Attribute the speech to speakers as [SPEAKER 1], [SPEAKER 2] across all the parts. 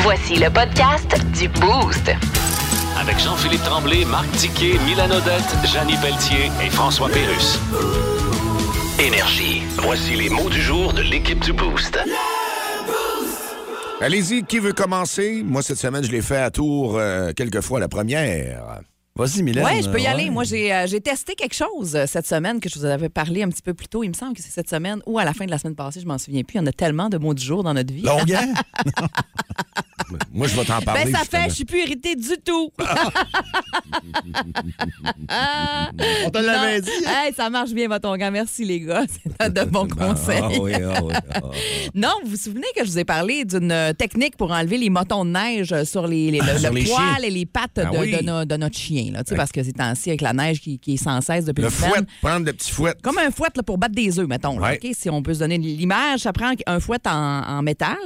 [SPEAKER 1] Voici le podcast du Boost.
[SPEAKER 2] Avec Jean-Philippe Tremblay, Marc Tiquet, Milan Odette, Janine Pelletier et François Pérus. Énergie. Voici les mots du jour de l'équipe du Boost.
[SPEAKER 3] Allez-y, qui veut commencer? Moi, cette semaine, je l'ai fait à Tours euh, quelques fois, la première.
[SPEAKER 4] Vas-y, Mylène.
[SPEAKER 5] Oui, je peux y
[SPEAKER 4] Ouais.
[SPEAKER 5] aller. Moi, j'ai euh, j'ai testé quelque chose euh, cette semaine que je vous avais parlé un petit peu plus tôt. Il me semble que c'est cette semaine ou à la fin de la semaine passée, je m'en souviens plus. Il y en a tellement de mots du jour dans notre vie.
[SPEAKER 4] Longuet?
[SPEAKER 3] Moi, je vais t'en parler.
[SPEAKER 5] Ben, ça
[SPEAKER 3] justement.
[SPEAKER 5] fait, je suis plus irritée du tout.
[SPEAKER 4] On te l'avait dit. hein?
[SPEAKER 5] Hey, ça marche bien, votre gars. Merci, les gars. C'est de bons conseils.
[SPEAKER 4] Ah oui, ah oui. ah.
[SPEAKER 5] Non, vous vous souvenez que je vous ai parlé d'une euh, technique pour enlever les motons de neige euh, sur les, les-
[SPEAKER 3] Ah,
[SPEAKER 5] le,
[SPEAKER 4] Sur
[SPEAKER 5] le
[SPEAKER 4] les
[SPEAKER 5] poil
[SPEAKER 4] chiens.
[SPEAKER 5] et les pattes de,
[SPEAKER 4] Ah oui.
[SPEAKER 5] de no- de notre chien. Là, tu sais, parce que c'est ainsi avec la neige qui, qui est sans cesse depuis
[SPEAKER 3] Le
[SPEAKER 5] une semaine.
[SPEAKER 3] fouet, prendre le petit fouet.
[SPEAKER 5] Comme un fouet là, pour battre des œufs, mettons. là,
[SPEAKER 3] Ouais.
[SPEAKER 5] OK? Si on peut se donner l'image, ça prend un fouet en, en métal.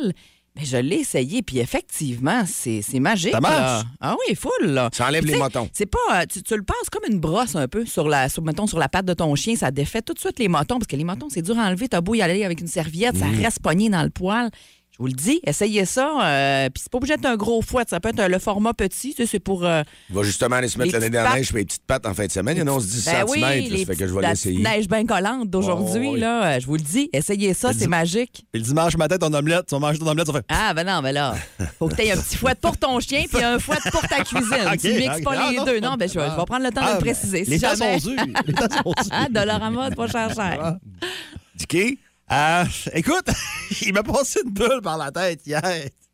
[SPEAKER 5] Mais je l'ai essayé, puis effectivement, c'est c'est magique.
[SPEAKER 3] Ça marche?
[SPEAKER 5] là. Ah oui, full, là.
[SPEAKER 3] Ça enlève
[SPEAKER 5] Puis,
[SPEAKER 3] les
[SPEAKER 5] tu sais,
[SPEAKER 3] motons.
[SPEAKER 5] C'est pas. euh, Tu, tu le passes comme une brosse un peu sur la, sur, mettons, sur la patte de ton chien. Ça défait tout de suite les motons, parce que les motons, c'est dur à enlever. T'as beau y aller avec une serviette,
[SPEAKER 4] Mm.
[SPEAKER 5] ça reste pogné dans le poil. Je vous le dis, essayez ça. euh, puis c'est pas obligé d'être un gros fouet. Ça peut être euh, le format petit. tu sais, C'est pour. euh,
[SPEAKER 3] Il va justement aller se mettre
[SPEAKER 5] Les
[SPEAKER 3] l'année
[SPEAKER 5] petites
[SPEAKER 3] dernière,
[SPEAKER 5] pattes.
[SPEAKER 3] je fais les petites pattes en fin de semaine. Il y en a 11-10 cm,
[SPEAKER 5] Ben oui, les
[SPEAKER 3] ça fait que
[SPEAKER 5] petites-
[SPEAKER 3] je vais
[SPEAKER 5] la
[SPEAKER 3] l'essayer.
[SPEAKER 5] petite neige bien collante d'aujourd'hui,
[SPEAKER 3] Oh, oui.
[SPEAKER 5] là, euh, je vous le dis, essayez ça, c'est magique.
[SPEAKER 4] Puis le dimanche matin, ton omelette, on mange ton omelette, on fait.
[SPEAKER 5] Ah, ben non, ben là, faut que t'aies un petit fouet pour ton chien puis un fouet pour ta cuisine.
[SPEAKER 4] Ok,
[SPEAKER 5] tu mixes
[SPEAKER 4] ok.
[SPEAKER 5] pas
[SPEAKER 4] Ah,
[SPEAKER 5] les
[SPEAKER 4] non.
[SPEAKER 5] deux. Non, ben je vais, je vais prendre le temps de
[SPEAKER 4] Ah,
[SPEAKER 5] le préciser.
[SPEAKER 4] Les
[SPEAKER 5] si
[SPEAKER 4] temps
[SPEAKER 5] jamais.
[SPEAKER 4] sont durs. Les temps sont durs.
[SPEAKER 5] Ah, Dolorama, c'est pas cher, cher.
[SPEAKER 3] Dicky?
[SPEAKER 4] Euh, écoute, il m'a passé une bulle par la tête hier.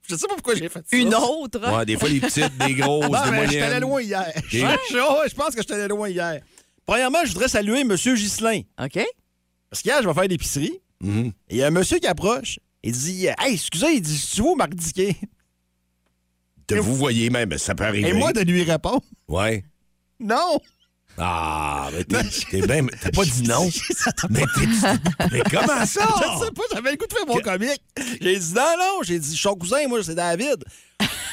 [SPEAKER 4] Je sais pas pourquoi j'ai fait ça.
[SPEAKER 5] Une autre.
[SPEAKER 3] Ouais, des fois, les petites, des
[SPEAKER 4] Non,
[SPEAKER 3] grosses, des
[SPEAKER 4] mais je
[SPEAKER 3] moyennes.
[SPEAKER 4] t'allais loin hier. Je, je- je pense que je t'allais loin hier. Premièrement, je voudrais saluer M. Ghislain.
[SPEAKER 5] OK?
[SPEAKER 4] Parce qu'hier, je vais faire l'épicerie.
[SPEAKER 3] Mhm.
[SPEAKER 4] Et il y a un monsieur qui approche. Il dit Hey, excusez, il dit Tu vois, Marc Diquet
[SPEAKER 3] De vous voyez même, ça peut arriver.
[SPEAKER 4] Et moi, de lui répondre
[SPEAKER 3] Ouais.
[SPEAKER 4] Non
[SPEAKER 3] Ah, mais t'es- t'es bien... T'as pas dit non. mais, t'es- mais comment ça?
[SPEAKER 4] Je sais pas, j'avais le goût de faire mon comique. J'ai dit non, non. J'ai dit, je suis son cousin, moi, c'est David.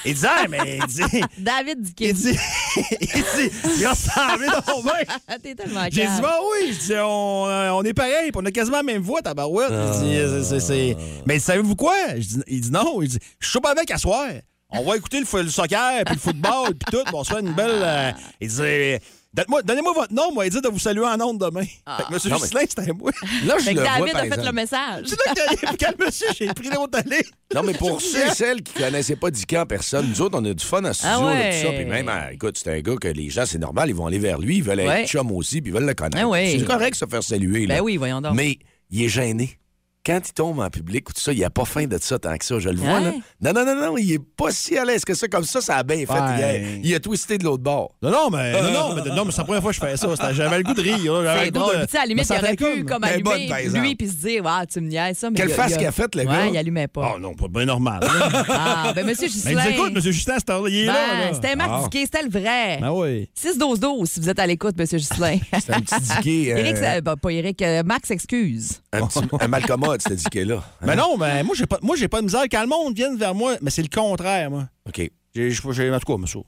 [SPEAKER 4] Il dit, ah, mais il dit,
[SPEAKER 5] David Dickey.
[SPEAKER 4] il dit, il dit, il ressemble dans mon
[SPEAKER 5] Ah, T'es tellement
[SPEAKER 4] J'ai dit,
[SPEAKER 5] calme.
[SPEAKER 4] bah oui, je dis, on, euh, on est pareil, puis on a quasiment la même voix, tabarouette. Il
[SPEAKER 3] Ah.
[SPEAKER 4] dit, euh, c'est- c'est- Mais savez-vous quoi? Je dis- il dit non. Il dit, je suis pas avec à soir. On va écouter le, fo- le soccer, puis le football, puis tout. puis On se fait une belle. euh, il dit, euh, donne-moi- donnez-moi votre nom, moi, il dit de vous saluer en ondes demain. Fait que monsieur
[SPEAKER 3] Non, mais-
[SPEAKER 4] Ghislain, c'était moi.
[SPEAKER 3] Là, je
[SPEAKER 5] Ah. Fait que
[SPEAKER 3] le vois,
[SPEAKER 5] David
[SPEAKER 3] par
[SPEAKER 5] a fait
[SPEAKER 3] exemple.
[SPEAKER 5] le message.
[SPEAKER 4] C'est là que quand le monsieur, j'ai pris l'autre allée.
[SPEAKER 3] Non, mais pour ceux et celles qui connaissaient pas Dicky en personne, nous autres, on a du fun à ce
[SPEAKER 5] Ah
[SPEAKER 3] studio, là, tout ça.
[SPEAKER 5] ouais.
[SPEAKER 3] Puis même, ah, écoute, c'est un gars que les gens, c'est normal, ils vont aller vers lui, ils veulent
[SPEAKER 5] Ouais.
[SPEAKER 3] être chum aussi, puis ils veulent le connaître.
[SPEAKER 5] Ah ouais.
[SPEAKER 3] C'est correct de se faire saluer. là.
[SPEAKER 5] Ben oui, voyons donc.
[SPEAKER 3] Mais il est gêné. Quand il tombe en public ou tout ça, il a pas faim de ça tant que ça, je le vois.
[SPEAKER 5] Ouais.
[SPEAKER 3] Là. Non, non, non, non, il est pas si à l'aise que ça. Comme ça, ça a bien fait
[SPEAKER 4] Ouais.
[SPEAKER 3] hier. Il a twisté de l'autre bord.
[SPEAKER 4] Non, non, mais, non, non, mais, non, mais c'est la première fois que je fais ça. C'était- J'avais le goût de rire. là. J'avais
[SPEAKER 5] C'est
[SPEAKER 4] le goût
[SPEAKER 5] drôle.
[SPEAKER 4] de-
[SPEAKER 5] Puis, tu sais, à la limite,
[SPEAKER 4] me
[SPEAKER 5] il aurait
[SPEAKER 4] sentais
[SPEAKER 5] pu comme
[SPEAKER 3] Ben, bonne,
[SPEAKER 5] allumer
[SPEAKER 3] par
[SPEAKER 5] lui
[SPEAKER 3] exemple.
[SPEAKER 5] puis se dire, Wow, tu me niaises ça. mais
[SPEAKER 3] Quelle
[SPEAKER 5] il a-
[SPEAKER 3] face
[SPEAKER 5] il a-
[SPEAKER 3] qu'il a faite, le gars?
[SPEAKER 5] Ouais, il allumait pas.
[SPEAKER 4] Oh non, pas bien normal. là.
[SPEAKER 5] Ah, ben, monsieur
[SPEAKER 4] mais il
[SPEAKER 5] Ghislain.
[SPEAKER 4] nous écoute, M. Justin, à cette heure-là, il est là,
[SPEAKER 5] Ben,
[SPEAKER 4] là.
[SPEAKER 3] Ah.
[SPEAKER 5] C'était Marc Diquet, c'était le vrai.
[SPEAKER 4] Ben oui.
[SPEAKER 5] 6-12-12, si vous êtes à l'écoute, M. Ghislain.
[SPEAKER 3] C'est un petit Dicky. euh,
[SPEAKER 5] Éric, ça- bah, pas Éric, euh, Max s'excuse.
[SPEAKER 3] un, petit, un malcommode, ce Hein? Dicky-là.
[SPEAKER 4] Mais non, mais moi, j'ai pas, moi, j'ai pas de misère. Quand le monde vienne vers moi, mais c'est le contraire, moi.
[SPEAKER 3] OK.
[SPEAKER 4] J'ai, j'ai, j'ai- en tout cas, monsieur.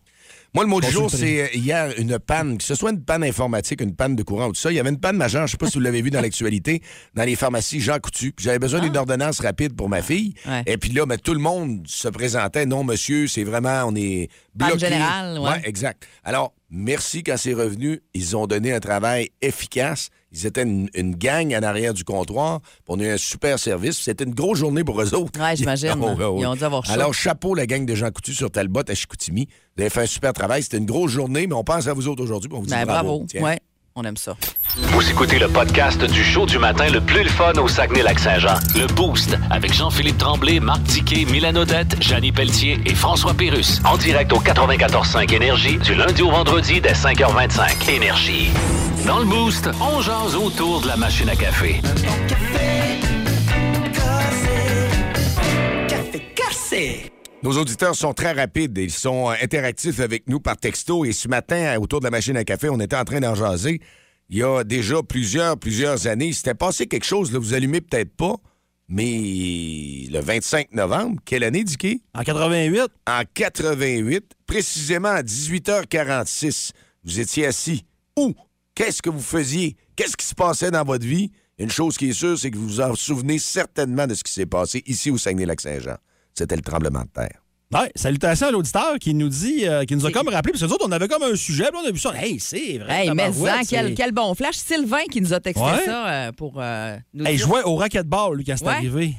[SPEAKER 3] Moi, le mot du jour,
[SPEAKER 4] Consulte-les.
[SPEAKER 3] c'est euh, hier une panne, que ce soit une panne informatique, une panne de courant ou tout ça. Il y avait une panne majeure, je ne sais pas si vous l'avez vu dans l'actualité, dans les pharmacies Jean Coutu. Puis J'avais besoin d'une ordonnance rapide pour ma fille.
[SPEAKER 5] Ah. Ouais.
[SPEAKER 3] Et puis là, mais tout le monde se présentait. Non, monsieur, c'est vraiment, on est
[SPEAKER 5] Panne
[SPEAKER 3] bloqué.
[SPEAKER 5] générale, ouais.
[SPEAKER 3] exact. Alors, merci quand c'est revenu. Ils ont donné un travail efficace. Ils étaient une, une gang en arrière du comptoir. Puis On a eu un super service. Puis C'était une grosse journée pour eux autres.
[SPEAKER 5] Ouais, j'imagine.
[SPEAKER 3] Oh, ouais, ouais.
[SPEAKER 5] Ils ont dû avoir chaud.
[SPEAKER 3] Alors, chapeau la gang de Jean Coutu sur Talbot à Chicoutimi. Vous avez fait un super travail. C'était une grosse journée, mais on pense à vous autres aujourd'hui. puis On vous dit
[SPEAKER 5] Ben, bravo.
[SPEAKER 3] Tiens.
[SPEAKER 5] Ouais, on aime ça.
[SPEAKER 2] Vous écoutez le podcast du show du matin le plus le fun au Saguenay-Lac-Saint-Jean. Le Boost avec Jean-Philippe Tremblay, Marc Tiquet, Milan Odette, Janine Pelletier et François Pérus. En direct au 94.5 Énergie du lundi au vendredi dès 5h25. Énergie. Dans le Boost, on jase autour de la machine à café.
[SPEAKER 3] Nos auditeurs sont très rapides. Ils sont euh, interactifs avec nous par texto. Et ce matin, euh, autour de la machine à café, on était en train d'en jaser. Il y a déjà plusieurs, plusieurs années, il s'était passé quelque chose, là, vous allumez peut-être pas, mais le 25 novembre, quelle année, Dicky?
[SPEAKER 4] En 88,
[SPEAKER 3] en 88, précisément à 18h46. Vous étiez assis. Où? Qu'est-ce que vous faisiez? Qu'est-ce qui se passait dans votre vie? Une chose qui est sûre, c'est que vous vous en souvenez certainement de ce qui s'est passé ici au Saguenay-Lac-Saint-Jean. C'était le tremblement de terre.
[SPEAKER 4] Ouais, salutations à l'auditeur qui nous dit, euh, qui nous a
[SPEAKER 5] C'est-
[SPEAKER 4] comme rappelé, parce que nous autres, on avait comme un sujet, puis on a vu ça. Hey, c'est vrai.
[SPEAKER 5] Hey, mais
[SPEAKER 4] tabarouette,
[SPEAKER 5] ça, quel,
[SPEAKER 4] c'est-
[SPEAKER 5] quel bon flash. Sylvain qui nous a texté
[SPEAKER 4] Ouais.
[SPEAKER 5] ça euh, pour euh, nous
[SPEAKER 4] Hey,
[SPEAKER 5] dire-
[SPEAKER 4] je jouais au racquetball, lui, quand c'est
[SPEAKER 5] Ouais.
[SPEAKER 4] arrivé.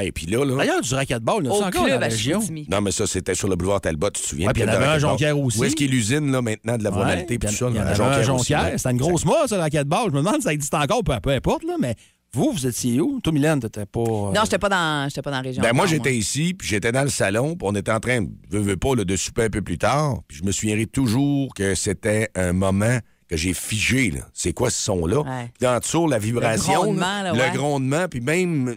[SPEAKER 3] Et puis là, là.
[SPEAKER 4] D'ailleurs, du racquetball, il y en a
[SPEAKER 5] au
[SPEAKER 4] encore dans
[SPEAKER 5] club
[SPEAKER 4] la
[SPEAKER 5] à
[SPEAKER 4] région.
[SPEAKER 5] Chicoutimi.
[SPEAKER 3] Non, mais ça, c'était sur le boulevard Talbot, tu te souviens.
[SPEAKER 4] Ouais, puis il y en
[SPEAKER 3] Club de
[SPEAKER 4] avait un à
[SPEAKER 3] racquetball.
[SPEAKER 4] Jonquière aussi.
[SPEAKER 3] Où est-ce qu'il y a l'usine, là, maintenant, de la
[SPEAKER 4] Ouais,
[SPEAKER 3] moralité,
[SPEAKER 4] puis
[SPEAKER 3] puis tout ça?
[SPEAKER 4] Il y en
[SPEAKER 3] là,
[SPEAKER 4] avait
[SPEAKER 3] à
[SPEAKER 4] un à
[SPEAKER 3] aussi,
[SPEAKER 4] Jonquière.
[SPEAKER 3] là.
[SPEAKER 4] C'était une grosse masse, la racquetball. Je me demande si ça existe encore, peu, peu importe, là, mais vous, vous étiez où? Toi, Mylène, t'étais pas. euh,
[SPEAKER 5] Non, j'étais pas dans, j'étais pas dans la région.
[SPEAKER 3] Ben, moi,
[SPEAKER 5] Non,
[SPEAKER 3] j'étais ici, puis j'étais dans le salon, puis on était en train, veux, veux pas, là, de souper un peu plus tard. Puis je me souviendrai toujours que c'était un moment que j'ai figé, là. C'est quoi ce son-là?
[SPEAKER 5] Ouais.
[SPEAKER 3] Puis en dessous, la vibration,
[SPEAKER 5] Le grondement, là,
[SPEAKER 3] le
[SPEAKER 5] ouais.
[SPEAKER 3] grondement, puis même euh,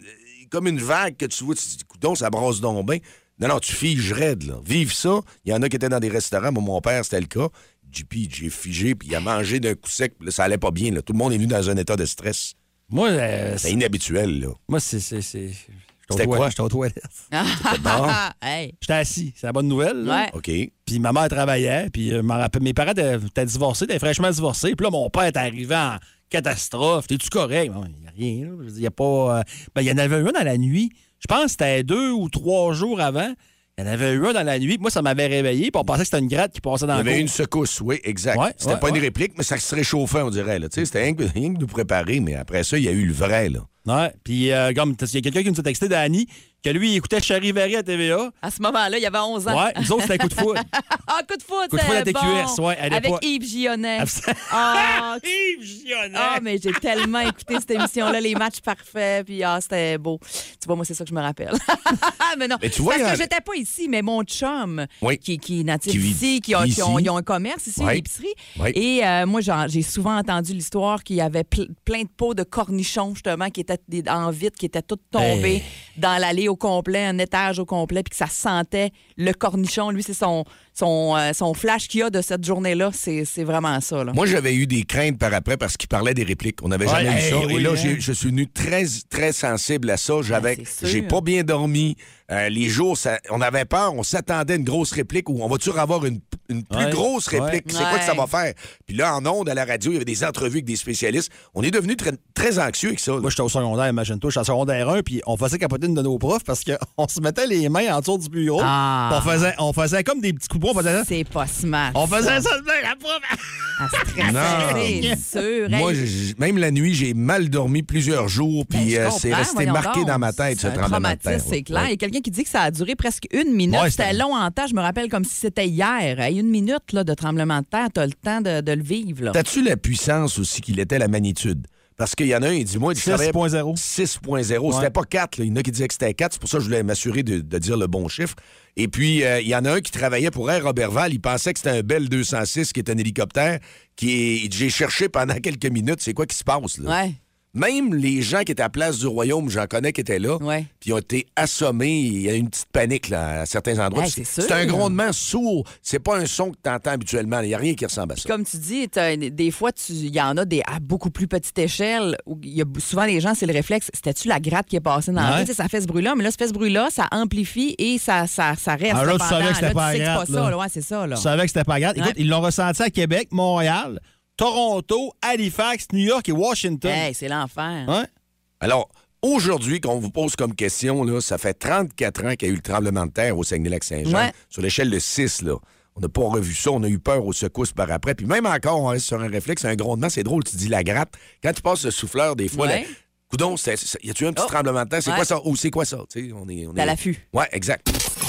[SPEAKER 3] comme une vague que tu vois, tu te dis, coudonc, ça brasse donc bien. Non, non, tu figes raide, là. Vive ça. Il y en a qui étaient dans des restaurants, moi, mon père, c'était le cas. JP, j'ai figé, puis il a mangé d'un coup sec, puis là, ça allait pas bien, là. Tout le monde est venu dans un état de stress.
[SPEAKER 4] Moi, euh,
[SPEAKER 3] C'est
[SPEAKER 4] c'est-
[SPEAKER 3] inhabituel, là.
[SPEAKER 4] moi, c'est. c'est- c'est- j'étais aux
[SPEAKER 3] C'était
[SPEAKER 4] toilettes,
[SPEAKER 3] quoi?
[SPEAKER 4] J'étais aux toilettes.
[SPEAKER 5] moi. hey,
[SPEAKER 4] J'étais assis. C'est la bonne nouvelle. là.
[SPEAKER 5] ouais.
[SPEAKER 3] OK.
[SPEAKER 4] Puis ma mère travaillait, puis euh, je m'en rappelle, mes parents étaient étaient divorcés, étaient fraîchement divorcés. Puis là, mon père est arrivé en catastrophe. T'es-tu correct? Bon, Il n'y a rien. là. Je veux dire, Il y a pas. euh, ben, il y en avait un dans la nuit. Je pense que c'était deux ou trois jours avant. Il y en avait un dans la nuit. Moi, ça m'avait réveillé, puis on pensait que c'était une gratte qui passait dans
[SPEAKER 3] Il y
[SPEAKER 4] le
[SPEAKER 3] avait
[SPEAKER 4] cour.
[SPEAKER 3] une secousse, oui, exact.
[SPEAKER 4] Ouais,
[SPEAKER 3] c'était
[SPEAKER 4] ouais,
[SPEAKER 3] pas
[SPEAKER 4] ouais.
[SPEAKER 3] une réplique, mais ça se réchauffait, on dirait. là. Tu sais, C'était rien que, rien que nous préparer, mais après ça, il y a eu le vrai. Là.
[SPEAKER 4] Ouais. Puis, euh, comme, il y a quelqu'un qui nous a texté, Danny, que lui, il écoutait Charivari à TVA.
[SPEAKER 5] À ce moment-là, il y avait 11 ans.
[SPEAKER 4] Ouais, nous autres, c'était un coup de foudre.
[SPEAKER 5] Ah, coup de foot,
[SPEAKER 4] Coup de foudre à
[SPEAKER 5] c'est
[SPEAKER 4] TQS,
[SPEAKER 5] bon.
[SPEAKER 4] ouais, à
[SPEAKER 5] Avec
[SPEAKER 4] l'époque.
[SPEAKER 5] Yves Gionnet.
[SPEAKER 4] Abs-
[SPEAKER 5] Ah,
[SPEAKER 4] Yves Gionnet.
[SPEAKER 5] Ah, mais j'ai tellement écouté cette émission-là, les matchs parfaits, puis ah, c'était beau. Tu vois, moi, c'est ça que je me rappelle. Ah, mais non,
[SPEAKER 3] Mais tu vois,
[SPEAKER 5] parce
[SPEAKER 3] Yann-
[SPEAKER 5] que j'étais pas ici, mais mon chum,
[SPEAKER 3] Oui.
[SPEAKER 5] qui, qui est natif
[SPEAKER 3] Qui vit
[SPEAKER 5] ici, qui a,
[SPEAKER 3] ici.
[SPEAKER 5] qui ont- ils ont un commerce ici,
[SPEAKER 3] Oui.
[SPEAKER 5] une épicerie,
[SPEAKER 3] Oui.
[SPEAKER 5] et euh, moi, j'en- j'ai souvent entendu l'histoire qu'il y avait ple- plein de pots de cornichons, justement, qui étaient des- en vitre, qui étaient
[SPEAKER 3] Ben.
[SPEAKER 5] toutes tombées dans l'allée au complet, un étage au complet, puis que ça sentait le cornichon. Lui, c'est son, son, euh, son flash qu'il a de cette journée-là. C'est c'est vraiment ça, là.
[SPEAKER 3] Moi, j'avais eu des craintes par après parce qu'il parlait des répliques. On n'avait jamais
[SPEAKER 4] Ouais,
[SPEAKER 3] eu ça.
[SPEAKER 4] hey,
[SPEAKER 3] Et
[SPEAKER 4] oui,
[SPEAKER 3] là,
[SPEAKER 4] hein.
[SPEAKER 3] j'ai- je suis venu très, très sensible à ça. J'avais,
[SPEAKER 5] Ben, c'est sûr.
[SPEAKER 3] j'ai pas bien dormi. Euh, les jours, ça- on avait peur. On s'attendait à une grosse réplique ou on va-tu avoir une, une plus
[SPEAKER 4] Ouais,
[SPEAKER 3] grosse réplique?
[SPEAKER 5] ouais.
[SPEAKER 3] C'est quoi que ça
[SPEAKER 5] Ouais.
[SPEAKER 3] va faire? Puis là, en ondes, à la radio, il y avait des entrevues avec des spécialistes. On est devenu très, très anxieux avec ça. là.
[SPEAKER 4] Moi, j'étais au secondaire, imagine-toi, j'étais au secondaire 1, puis on faisait capoter une de nos profs parce qu'on se mettait les mains en dessous du bureau.
[SPEAKER 5] Ah.
[SPEAKER 4] puis On, faisait, on faisait comme des petits coups de bras, on faisait ça.
[SPEAKER 5] C'est pas smart.
[SPEAKER 4] On faisait ça de même, la prof.
[SPEAKER 5] À
[SPEAKER 3] Non.
[SPEAKER 5] stresser, c'est sûr.
[SPEAKER 3] Moi,
[SPEAKER 5] Hey,
[SPEAKER 3] j'ai- j'ai- même la nuit, j'ai mal dormi plusieurs jours,
[SPEAKER 5] ben,
[SPEAKER 3] puis
[SPEAKER 5] je
[SPEAKER 3] euh,
[SPEAKER 5] comprends,
[SPEAKER 3] c'est resté
[SPEAKER 5] voyons
[SPEAKER 3] marqué
[SPEAKER 5] donc.
[SPEAKER 3] dans ma tête, ce
[SPEAKER 5] C'est un
[SPEAKER 3] tremblement de terre.
[SPEAKER 5] traumatisme, c'est clair.
[SPEAKER 3] Ouais.
[SPEAKER 5] Il y a quelqu'un qui dit que ça a duré presque une minute.
[SPEAKER 4] Ouais,
[SPEAKER 5] C'était
[SPEAKER 4] c'était-
[SPEAKER 5] long en temps. Je me rappelle comme si c'était hier. Hey, une minute là, de tremblement de terre, t'as le temps de, de le vivre. là.
[SPEAKER 3] T'as-tu la puissance aussi qu'il était, la magnitude? Parce qu'il y en a un, il dit, moi, je travaillais-
[SPEAKER 4] 6.0.
[SPEAKER 3] 6.0.
[SPEAKER 4] Ouais.
[SPEAKER 3] C'était pas 4. là. Il y en a qui disaient que c'était 4. C'est pour ça que je voulais m'assurer de, de dire le bon chiffre. Et puis, euh, il y en a un qui travaillait pour Air Roberval. Il pensait que c'était un Bell 206 qui est un hélicoptère. Qui est... il dit, J'ai cherché pendant quelques minutes, c'est quoi qui se passe? Là?
[SPEAKER 5] Ouais.
[SPEAKER 3] Même les gens qui étaient à Place du Royaume, j'en connais qui étaient là,
[SPEAKER 5] Ouais.
[SPEAKER 3] puis ils ont été assommés. Il y a eu une petite panique là, à certains endroits.
[SPEAKER 5] Hey,
[SPEAKER 3] Puis
[SPEAKER 5] Ben, c'est sûr.
[SPEAKER 3] un grondement sourd. C'est pas un son que tu entends habituellement. Il n'y a rien qui ressemble à ça.
[SPEAKER 5] Comme tu dis, t'as- des fois, tu- il y en a des à beaucoup plus petite échelle. Où il y a b- souvent les gens, c'est le réflexe. C'était-tu la gratte qui est passée dans la
[SPEAKER 4] Ouais.
[SPEAKER 5] rue? Tu sais, Ça fait ce bruit-là, mais là, ça fait ce bruit-là, ça amplifie et ça, ça, ça reste.
[SPEAKER 4] Ah, là, tu
[SPEAKER 5] pendant.
[SPEAKER 4] savais que c'était
[SPEAKER 5] Là,
[SPEAKER 4] pas
[SPEAKER 5] tu sais
[SPEAKER 4] la
[SPEAKER 5] c'est
[SPEAKER 4] gratte,
[SPEAKER 5] pas ça.
[SPEAKER 4] là.
[SPEAKER 5] Ouais, c'est ça. Là.
[SPEAKER 4] Je savais que c'était pas grave. Écoute,
[SPEAKER 5] Ouais.
[SPEAKER 4] ils l'ont ressenti à Québec, Montréal, Toronto, Halifax, New York et Washington.
[SPEAKER 5] Hey, c'est l'enfer.
[SPEAKER 4] Hein?
[SPEAKER 3] Alors, aujourd'hui, qu'on vous pose comme question, là, ça fait 34 ans qu'il y a eu le tremblement de terre au Saguenay-Lac-Saint-Jean.
[SPEAKER 5] Ouais.
[SPEAKER 3] Sur l'échelle de 6, là. On n'a pas revu ça, on a eu peur aux secousses par après. Puis même encore, on reste sur un réflexe, un grondement, c'est drôle, tu dis la gratte. Quand tu passes le souffleur, des fois,
[SPEAKER 5] Ouais.
[SPEAKER 3] la- Coudon, c'est- c'est- y a-tu eu un petit
[SPEAKER 5] Oh.
[SPEAKER 3] tremblement de terre? C'est
[SPEAKER 5] Ouais.
[SPEAKER 3] quoi ça? Ou c'est quoi ça? Tu sais, on est. On
[SPEAKER 5] T'as
[SPEAKER 3] est-
[SPEAKER 5] l'affût.
[SPEAKER 3] Ouais, exact.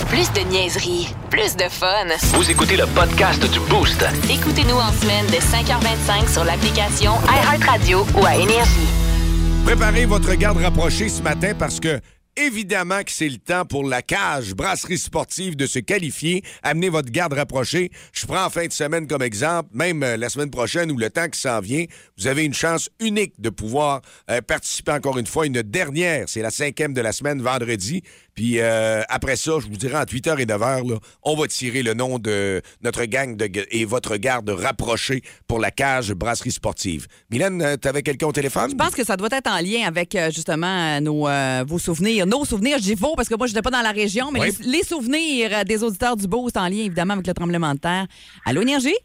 [SPEAKER 1] Plus de niaiserie, plus de fun.
[SPEAKER 2] Vous écoutez le podcast du Boost.
[SPEAKER 1] Écoutez-nous en semaine de 5h25 sur l'application iHeartRadio ou à Énergie.
[SPEAKER 3] Préparez votre garde rapprochée ce matin parce que, évidemment, que c'est le temps pour la cage brasserie sportive de se qualifier. Amenez votre garde rapprochée. Je prends en fin de semaine comme exemple, même euh, la semaine prochaine ou le temps qui s'en vient. Vous avez une chance unique de pouvoir euh, participer encore une fois. Une dernière, c'est la cinquième de la semaine, vendredi. Puis euh, après ça, je vous dirai entre 8h et 9h, là, on va tirer le nom de notre gang de, gu- et votre garde rapprochée pour la cage brasserie sportive. Mylène, euh, t'avais quelqu'un au téléphone?
[SPEAKER 5] Je pense que ça doit être en lien avec euh, justement euh, nos, euh, vos souvenirs. Nos souvenirs, je dis vos parce que moi, je n'étais pas dans la région, mais
[SPEAKER 3] Oui.
[SPEAKER 5] les, les souvenirs euh, des auditeurs du Beau, c'est en lien évidemment avec le tremblement de terre. Allô, Énergie?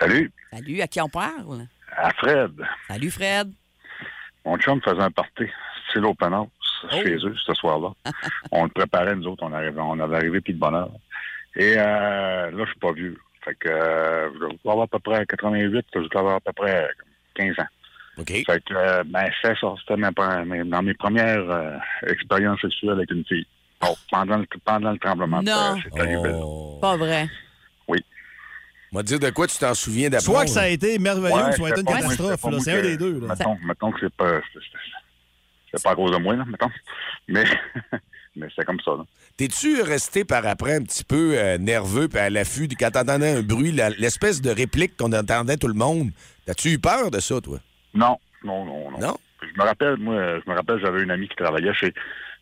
[SPEAKER 6] Salut,
[SPEAKER 5] Salut, à qui on parle?
[SPEAKER 6] à Fred.
[SPEAKER 5] Salut, Fred.
[SPEAKER 6] Mon chum faisait un party, style open house.
[SPEAKER 5] Oh.
[SPEAKER 6] chez eux ce soir-là. on le préparait, nous autres, on, arrivait, on avait arrivé puis de bonheur. Et euh, là, je suis pas vieux. Fait que euh, je dois avoir à peu près 88, je dois avoir à peu près 15 ans.
[SPEAKER 3] OK.
[SPEAKER 6] Fait que, euh, ben, c'est ça. C'était ma pre- mes- dans mes premières euh, expériences sexuelles avec une fille. Oh, pendant, le, pendant le tremblement de
[SPEAKER 5] Non.
[SPEAKER 6] terre, c'est arrivé. là.
[SPEAKER 3] Oh.
[SPEAKER 5] Pas vrai.
[SPEAKER 3] M'a dire de quoi tu t'en souviens d'après.
[SPEAKER 4] Soit que ça a été merveilleux,
[SPEAKER 6] Ouais,
[SPEAKER 4] soit ça a été
[SPEAKER 6] c'est
[SPEAKER 4] une
[SPEAKER 6] pas moi,
[SPEAKER 4] catastrophe.
[SPEAKER 6] pas
[SPEAKER 4] là.
[SPEAKER 6] moi
[SPEAKER 4] C'est un
[SPEAKER 6] que-
[SPEAKER 4] des deux. là.
[SPEAKER 6] Mettons, mettons que c'est pas. c'est- c'est- C'est pas à cause de moi, là, mettons. Mais, mais c'est comme ça, là.
[SPEAKER 3] T'es-tu resté par après un petit peu euh, nerveux puis à l'affût du- quand t'entendais un bruit, la- l'espèce de réplique qu'on entendait tout le monde? T'as-tu eu peur de ça, toi?
[SPEAKER 6] Non, non, non, non.
[SPEAKER 3] Non?
[SPEAKER 6] Je me rappelle, moi, je me rappelle, j'avais une amie qui travaillait chez.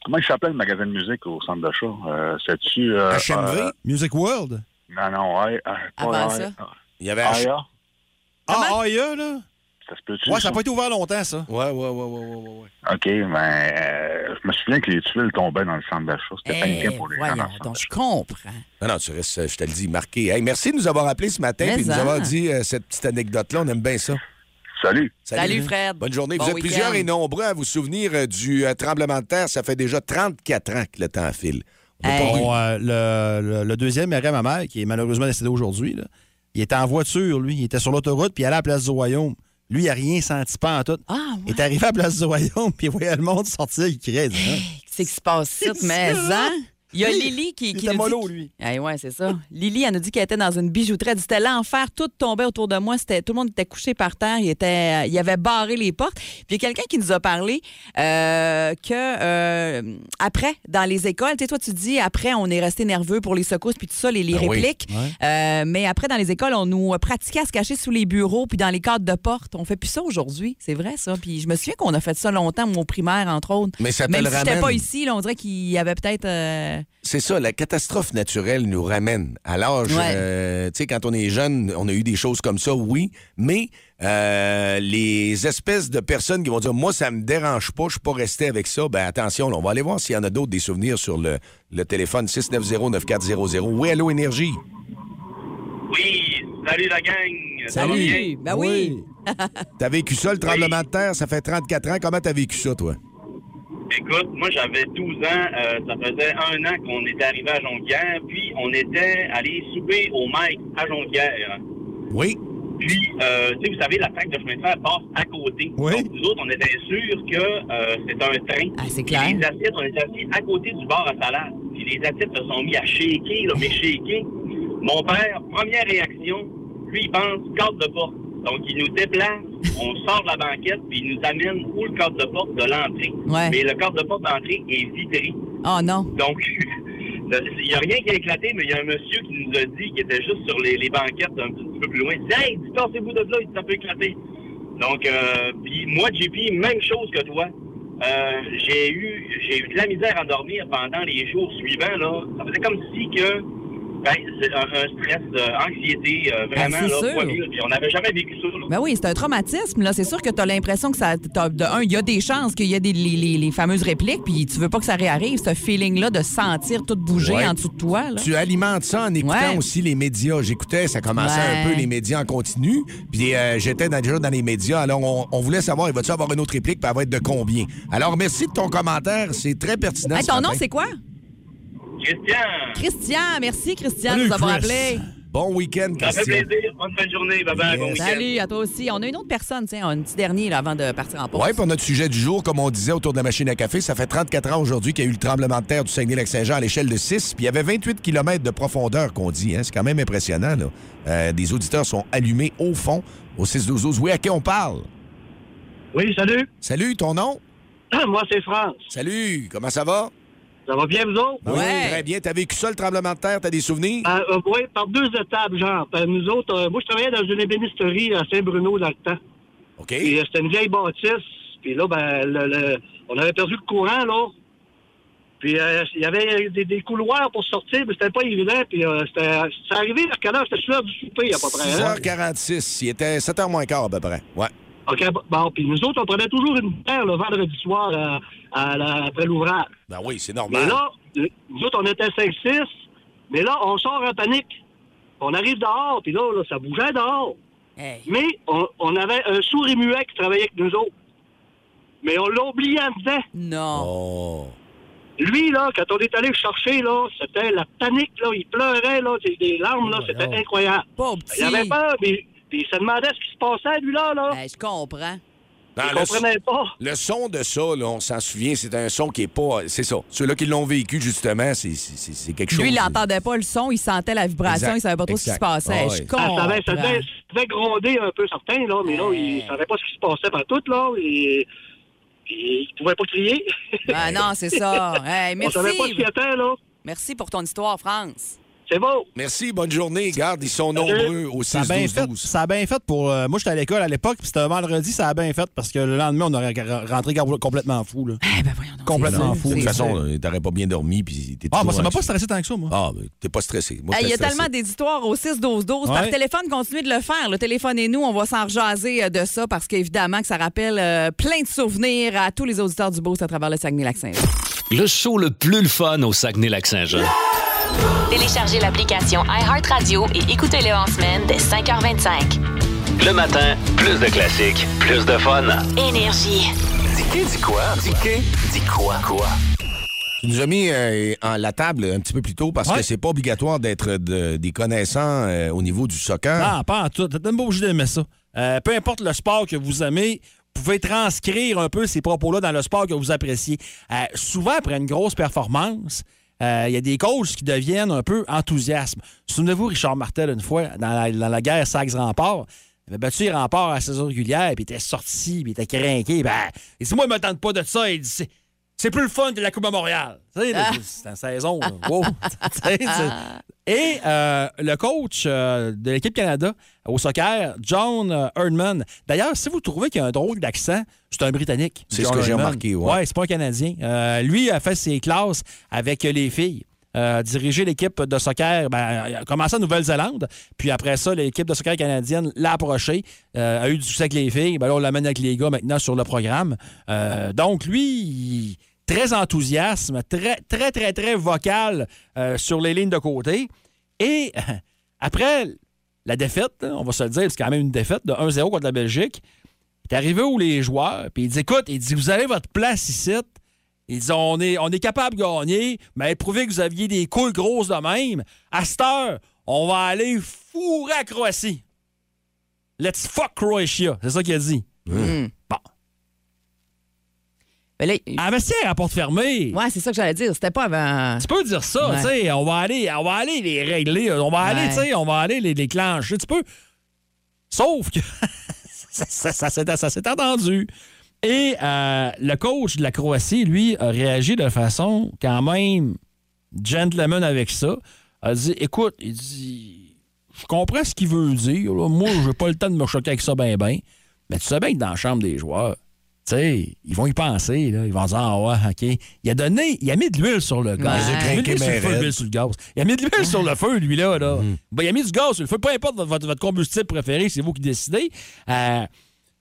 [SPEAKER 6] Comment il s'appelait le magasin de musique au centre d'achat? Euh, C'est-tu. euh,
[SPEAKER 3] HMV?
[SPEAKER 6] euh,
[SPEAKER 4] Music World.
[SPEAKER 6] non, non, ouais. euh, pas
[SPEAKER 5] Avant
[SPEAKER 6] ouais,
[SPEAKER 5] Ah, ben, ça.
[SPEAKER 6] euh,
[SPEAKER 3] Il y avait H-
[SPEAKER 6] Aya?
[SPEAKER 4] Ah, ah, yeah, là.
[SPEAKER 6] Ça se peut-tu?
[SPEAKER 4] Ouais, ça n'a pas été ouvert longtemps, ça.
[SPEAKER 3] Ouais, ouais, ouais, ouais, ouais, ouais, ouais.
[SPEAKER 6] OK, ben, euh, je me souviens que les tuiles tombaient dans le centre d'achat. C'était
[SPEAKER 5] Eh,
[SPEAKER 6] paniqué pour les gens. dans
[SPEAKER 5] voyons,
[SPEAKER 6] le centre
[SPEAKER 5] donc
[SPEAKER 6] d'achat.
[SPEAKER 5] je comprends.
[SPEAKER 3] Non, non, tu restes, euh, je te le dis, marqué. Hey, merci de nous avoir appelés ce matin
[SPEAKER 5] Mais hein.
[SPEAKER 3] et de nous
[SPEAKER 5] en.
[SPEAKER 3] avoir dit euh, cette petite anecdote-là. On aime bien ça.
[SPEAKER 6] Salut!
[SPEAKER 5] Salut, Fred.
[SPEAKER 3] Bonne journée.
[SPEAKER 5] Bon
[SPEAKER 3] vous êtes
[SPEAKER 5] week-end.
[SPEAKER 3] plusieurs et nombreux à vous souvenir euh, du euh, tremblement de terre. Ça fait déjà 34 ans que le temps file. On a
[SPEAKER 5] Hey.
[SPEAKER 3] pas vu.
[SPEAKER 4] Bon, euh, le, le- le deuxième arrêt, ma mère, qui est malheureusement décédé aujourd'hui, là, il était en voiture, lui. Il était sur l'autoroute, puis il allait à la place du Royaume. Lui, il n'a rien senti pas en tout.
[SPEAKER 5] Ah,
[SPEAKER 4] Il
[SPEAKER 5] ouais.
[SPEAKER 4] est arrivé à la place du Royaume, puis il voyait le monde sortir, il criait. il disait, hein.
[SPEAKER 5] C'est que se passe ici,
[SPEAKER 4] C'est
[SPEAKER 5] mais
[SPEAKER 4] ça.
[SPEAKER 5] hein? Il y a
[SPEAKER 4] Il-
[SPEAKER 5] Lily qui,
[SPEAKER 4] il
[SPEAKER 5] qui
[SPEAKER 4] était
[SPEAKER 5] nous dit-
[SPEAKER 4] mollo, lui.
[SPEAKER 5] Eh ouais, c'est ça. Lily, elle nous dit qu'elle était dans une bijouterie. Elle dit, c'était l'enfer. Tout tombait autour de moi. C'était, tout le monde était couché par terre. Il, était, euh, il avait barré les portes. Puis il y a quelqu'un qui nous a parlé euh, que euh, après, dans les écoles, tu sais, toi, tu dis, après, on est resté nerveux pour les secousses, puis tout ça, les, les
[SPEAKER 3] Ben oui.
[SPEAKER 5] répliques. Euh, mais après, dans les écoles, on nous pratiquait à se cacher sous les bureaux, puis dans les cadres de porte. On fait plus ça aujourd'hui. C'est vrai, ça. Puis je me souviens qu'on a fait ça longtemps, mon primaire, entre autres.
[SPEAKER 3] Mais ça te
[SPEAKER 5] Même
[SPEAKER 3] le
[SPEAKER 5] si j'étais
[SPEAKER 3] ramène.
[SPEAKER 5] pas ici, là, on dirait qu'il y avait peut-être. euh,
[SPEAKER 3] C'est ça, la catastrophe naturelle nous ramène à l'âge.
[SPEAKER 5] Ouais.
[SPEAKER 3] euh, tu sais, quand on est jeune, on a eu des choses comme ça, oui, mais euh, les espèces de personnes qui vont dire Moi, ça me dérange pas, je suis pas resté avec ça, ben attention, là, on va aller voir s'il y en a d'autres des souvenirs sur le, le téléphone 690-9400. Oui, allô, Énergie.
[SPEAKER 7] Oui, salut la gang. Ça va bien?
[SPEAKER 5] Salut! Ben oui!
[SPEAKER 3] T'as vécu ça, le tremblement de terre, ça fait 34 ans. Comment t'as vécu ça, toi?
[SPEAKER 7] Écoute, moi j'avais 12 ans, euh, ça faisait un an qu'on était arrivé à Jonquière, puis on était allé souper au Mike à Jonquière.
[SPEAKER 3] Oui.
[SPEAKER 7] Puis, euh, tu sais, vous savez, la plaque de chemin de fer passe à côté.
[SPEAKER 4] Oui.
[SPEAKER 7] Donc, nous autres, on était sûrs que euh, c'était un train.
[SPEAKER 5] Ah, c'est clair.
[SPEAKER 7] Puis les assiettes, on était assis à côté du bar à salade. Puis les assiettes se sont mis à shaker, là, mais shaker. Mon père, première réaction, lui, il pense cadre de porte. Donc, il nous déplace, on sort de la banquette, puis il nous amène où le cadre de porte de l'entrée.
[SPEAKER 5] Ouais.
[SPEAKER 7] Mais le cadre de porte d'entrée est vitré.
[SPEAKER 5] Oh non!
[SPEAKER 7] Donc, il n'y a rien qui a éclaté, mais il y a un monsieur qui nous a dit, qui était juste sur les, les banquettes un petit peu plus loin, il dit Hey, distancez-vous de là, il dit, ça peut éclater. Donc, euh, puis moi, JP, même chose que toi. Euh, j'ai eu j'ai eu de la misère à dormir pendant les jours suivants. Là. Ça faisait comme si que ben, c'est un, un stress, euh, anxiété, euh, vraiment,
[SPEAKER 5] Ah, c'est
[SPEAKER 7] là,
[SPEAKER 5] sûr.
[SPEAKER 7] poids mille. Puis on n'avait jamais vécu ça. là.
[SPEAKER 5] Ben oui, c'est un traumatisme, là. C'est sûr que t'as l'impression que ça. t'as- de un, il y a des chances qu'il y ait des, les, les- les fameuses répliques, puis tu veux pas que ça réarrive, ce feeling-là de sentir tout bouger
[SPEAKER 3] Ouais.
[SPEAKER 5] en dessous de toi, là.
[SPEAKER 3] Tu alimentes ça en écoutant
[SPEAKER 5] Ouais.
[SPEAKER 3] aussi les médias. J'écoutais, ça commençait un
[SPEAKER 5] Ouais.
[SPEAKER 3] peu les médias en continu. Puis euh, j'étais dans- déjà dans les médias. Alors, on, on voulait savoir, il va-tu avoir une autre réplique, puis elle va être de combien? Alors, merci de ton commentaire. C'est très pertinent.
[SPEAKER 5] Hey,
[SPEAKER 3] ce
[SPEAKER 5] ton
[SPEAKER 3] matin.
[SPEAKER 5] nom, c'est quoi?
[SPEAKER 7] Christian,
[SPEAKER 5] Christian. Merci, Christian,
[SPEAKER 4] Salut,
[SPEAKER 5] de nous avoir
[SPEAKER 4] Chris.
[SPEAKER 5] appelé.
[SPEAKER 3] Bon week-end,
[SPEAKER 7] ça fait
[SPEAKER 3] Christian.
[SPEAKER 7] plaisir. Bonne fin de journée. Bye-bye. Bon
[SPEAKER 3] Yes.
[SPEAKER 7] week-end.
[SPEAKER 5] Salut, à toi aussi. On a une autre personne, tiens, un petit dernier, là, avant de partir en pause.
[SPEAKER 3] Oui, pour notre sujet du jour, comme on disait autour de la machine à café, ça fait 34 ans aujourd'hui qu'il y a eu le tremblement de terre du Saguenay-Lac-Saint-Jean à l'échelle de 6, puis il y avait 28 km de profondeur qu'on dit. Hein? C'est quand même impressionnant. Là. Euh, des auditeurs sont allumés au fond au 6-12-12. Oui, à qui on parle?
[SPEAKER 8] Oui, salut.
[SPEAKER 3] Salut, ton nom?
[SPEAKER 8] Ah, Moi, c'est France.
[SPEAKER 3] Salut, comment ça va?
[SPEAKER 8] Ça va bien, vous autres?
[SPEAKER 3] Oui,
[SPEAKER 5] Ouais.
[SPEAKER 3] très bien. T'as vécu ça, le tremblement de terre? T'as des souvenirs?
[SPEAKER 8] Euh, euh, oui, par deux étapes, genre. Euh, nous autres, euh, moi, je travaillais dans une ébénisterie à Saint-Bruno dans le temps.
[SPEAKER 3] OK.
[SPEAKER 8] Puis euh, c'était une vieille bâtisse. Puis là, ben, le- le- on avait perdu le courant, là. Puis euh, il y avait des, des couloirs pour sortir, mais c'était pas évident. Puis euh, c'était c'est arrivé vers quelle heure? C'était sur l'heure du souper, à peu près. hein?
[SPEAKER 3] 6h46. Il était 7h moins quart, à peu près. Ouais.
[SPEAKER 8] OK, bon. Puis nous autres, on prenait toujours une bière le vendredi soir euh, à la- après l'ouvrage.
[SPEAKER 3] Ben oui, c'est
[SPEAKER 8] Mais
[SPEAKER 3] normal.
[SPEAKER 8] là, le- nous autres, on était 5-6, mais là, on sort en panique. On arrive dehors, puis là, là, ça bougeait dehors.
[SPEAKER 5] Hey.
[SPEAKER 8] Mais on, on avait un sourd et muet qui travaillait avec nous autres. mais on l'a oublié en dedans.
[SPEAKER 5] Non.
[SPEAKER 3] Oh.
[SPEAKER 8] Lui, là, quand on est allé le chercher, là, c'était la panique, là. Il pleurait, là, des, des larmes, là. C'était
[SPEAKER 4] Voyons.
[SPEAKER 8] incroyable.
[SPEAKER 5] Pauvre
[SPEAKER 8] Il
[SPEAKER 5] petit.
[SPEAKER 8] avait peur, mais, puis il se demandait ce qui se passait, lui-là, là.
[SPEAKER 5] Ben, je comprends.
[SPEAKER 3] Non,
[SPEAKER 8] il
[SPEAKER 3] le-
[SPEAKER 8] comprenait pas.
[SPEAKER 3] Le son de ça, là, on s'en souvient, c'est un son qui est pas. C'est ça. Ceux-là qui l'ont vécu, justement, c'est- c'est c'est- c'est quelque chose.
[SPEAKER 5] Lui, il n'entendait pas le son, il sentait la vibration,
[SPEAKER 3] Exact,
[SPEAKER 5] il savait pas trop ce qui
[SPEAKER 3] exact.
[SPEAKER 5] se passait.
[SPEAKER 3] Ah
[SPEAKER 5] Je
[SPEAKER 3] ouais.
[SPEAKER 8] Ah,
[SPEAKER 5] comprends.
[SPEAKER 8] ça avait, ça devait- ça devait gronder un peu certains, là, mais là, il savait pas ce qui se passait par tout, là. Et, et il pouvait pas crier.
[SPEAKER 5] Ah non, c'est ça. Hein? Hey,
[SPEAKER 8] On savait
[SPEAKER 5] merci.
[SPEAKER 8] pas ce qu'il était, là.
[SPEAKER 5] Merci pour ton histoire, France.
[SPEAKER 8] C'est beau.
[SPEAKER 3] Merci, bonne journée. Garde, ils sont nombreux au
[SPEAKER 4] Ça a bien
[SPEAKER 3] 6 12
[SPEAKER 4] fait,
[SPEAKER 3] 12
[SPEAKER 4] ça a bien fait pour. euh, moi, j'étais à l'école à l'époque, puis c'était un vendredi, ça a bien fait parce que le lendemain, on aurait gar- rentré gar- complètement fou. Là.
[SPEAKER 5] Eh ben voyons donc,
[SPEAKER 4] Complètement
[SPEAKER 5] c'est
[SPEAKER 4] fou.
[SPEAKER 5] sûr,
[SPEAKER 3] De toute
[SPEAKER 5] c'est
[SPEAKER 3] façon,
[SPEAKER 5] sûr.
[SPEAKER 3] là, t'aurais pas bien dormi, puis t'es
[SPEAKER 4] Ah, moi,
[SPEAKER 3] toujours
[SPEAKER 4] ça m'a pas
[SPEAKER 3] anxieux.
[SPEAKER 4] stressé tant que ça, moi.
[SPEAKER 3] Ah, ben, t'es pas stressé. Moi,
[SPEAKER 5] Hey, il y a
[SPEAKER 3] j'étais
[SPEAKER 5] tellement
[SPEAKER 3] stressé.
[SPEAKER 5] d'éditoires au 6-12-12. Par
[SPEAKER 4] Ouais.
[SPEAKER 5] téléphone, continuez de le faire. Le téléphonez-nous, on va s'en rejaser euh, de ça parce qu'évidemment que ça rappelle euh, plein de souvenirs à tous les auditeurs du Beauce à travers le Saguenay-Lac-Saint.
[SPEAKER 2] Le show le plus le fun au Saguenay-Lac-Saint-Jean.
[SPEAKER 1] Téléchargez l'application iHeartRadio et écoutez-le en semaine dès 5h25.
[SPEAKER 2] Le matin, plus de classiques, plus de fun.
[SPEAKER 1] Énergie.
[SPEAKER 2] Dis dis quoi? Dis dis quoi? Quoi?
[SPEAKER 3] Tu nous as mis euh, en la table un petit peu plus tôt parce que
[SPEAKER 4] Ouais.
[SPEAKER 3] c'est pas obligatoire d'être de- des connaissants euh, au niveau du soccer.
[SPEAKER 4] Ah, pas en tout. T'es même pas obligé d'aimer ça. Euh, peu importe le sport que vous aimez, vous pouvez transcrire un peu ces propos-là dans le sport que vous appréciez. Euh, souvent, après une grosse performance, euh, il y a des coachs qui deviennent un peu enthousiastes. Souvenez-vous, Richard Martel, une fois, dans la, dans la guerre Saxe-Rempart, il avait battu les remparts à la saison régulière, puis il était sorti, puis il était craqué. Ben, il dit Moi, je ne m'attends pas de ça. Il dit C'est- C'est plus le fun que la Coupe à Montréal. Tu sais,
[SPEAKER 5] Ah.
[SPEAKER 4] là, C'est en saison. là. Wow. Tu sais, c'est- et euh, le coach euh, de l'équipe Canada au soccer, John euh, Herdman. D'ailleurs, si vous trouvez qu'il y a un drôle d'accent, c'est un Britannique.
[SPEAKER 3] C'est ce
[SPEAKER 4] John
[SPEAKER 3] que j'ai
[SPEAKER 4] Herdman.
[SPEAKER 3] remarqué, ouais.
[SPEAKER 4] c'est pas un Canadien. Euh, lui a fait ses classes avec les filles. Euh, diriger l'équipe de soccer, ben, il a commencé en Nouvelle-Zélande, puis après ça, l'équipe de soccer canadienne l'a approché, euh, a eu du succès avec les filles, ben là, on l'amène avec les gars maintenant sur le programme. Euh, donc, lui, il- très enthousiasme, très, très, très, très vocal euh, sur les lignes de côté. Et après la défaite, hein, on va se le dire, c'est quand même une défaite de 1-0 contre la Belgique. Puis T'es arrivé où les joueurs, puis il dit écoute, il dit vous avez votre place ici. Ils dit on est, on est capable de gagner, mais prouvez que vous aviez des couilles grosses de même. À cette heure, on va aller fourrer à Croatie. Let's fuck Croatia. C'est ça qu'il a dit.
[SPEAKER 5] Mm.
[SPEAKER 4] Bon. Ah,
[SPEAKER 5] Ben là,
[SPEAKER 4] À vestiaire à porte fermée.
[SPEAKER 5] ouais, c'est ça que j'allais dire. C'était pas avant.
[SPEAKER 4] Tu peux dire ça,
[SPEAKER 5] Ouais.
[SPEAKER 4] tu sais, on va aller, on va aller les régler, on va aller,
[SPEAKER 5] Ouais.
[SPEAKER 4] tu sais, on va aller les déclencher, tu peux. Sauf que ça, ça- ça s'est- ça s'est entendu. Et euh, le coach de la Croatie, lui, a réagi de façon quand même gentleman avec ça. A dit, écoute, il dit, je comprends ce qu'il veut dire. là. Moi, j'ai pas le temps de me choquer avec ça ben ben. Mais tu sais bien que dans la chambre des joueurs, tu sais, ils vont y penser, là. Ils vont dire, ah ouais, OK. Il a donné, il a mis de l'huile sur le gaz.
[SPEAKER 5] Ouais.
[SPEAKER 4] Il a mis de
[SPEAKER 3] Craqué,
[SPEAKER 4] l'huile sur le
[SPEAKER 3] mais
[SPEAKER 4] feu, de
[SPEAKER 3] raide.
[SPEAKER 4] l'huile sur le gaz. Il a mis de l'huile sur le feu, lui-là, là. Ben, il a mis du gaz sur le feu. Peu importe votre, votre- votre combustible préféré, c'est vous qui décidez. Euh,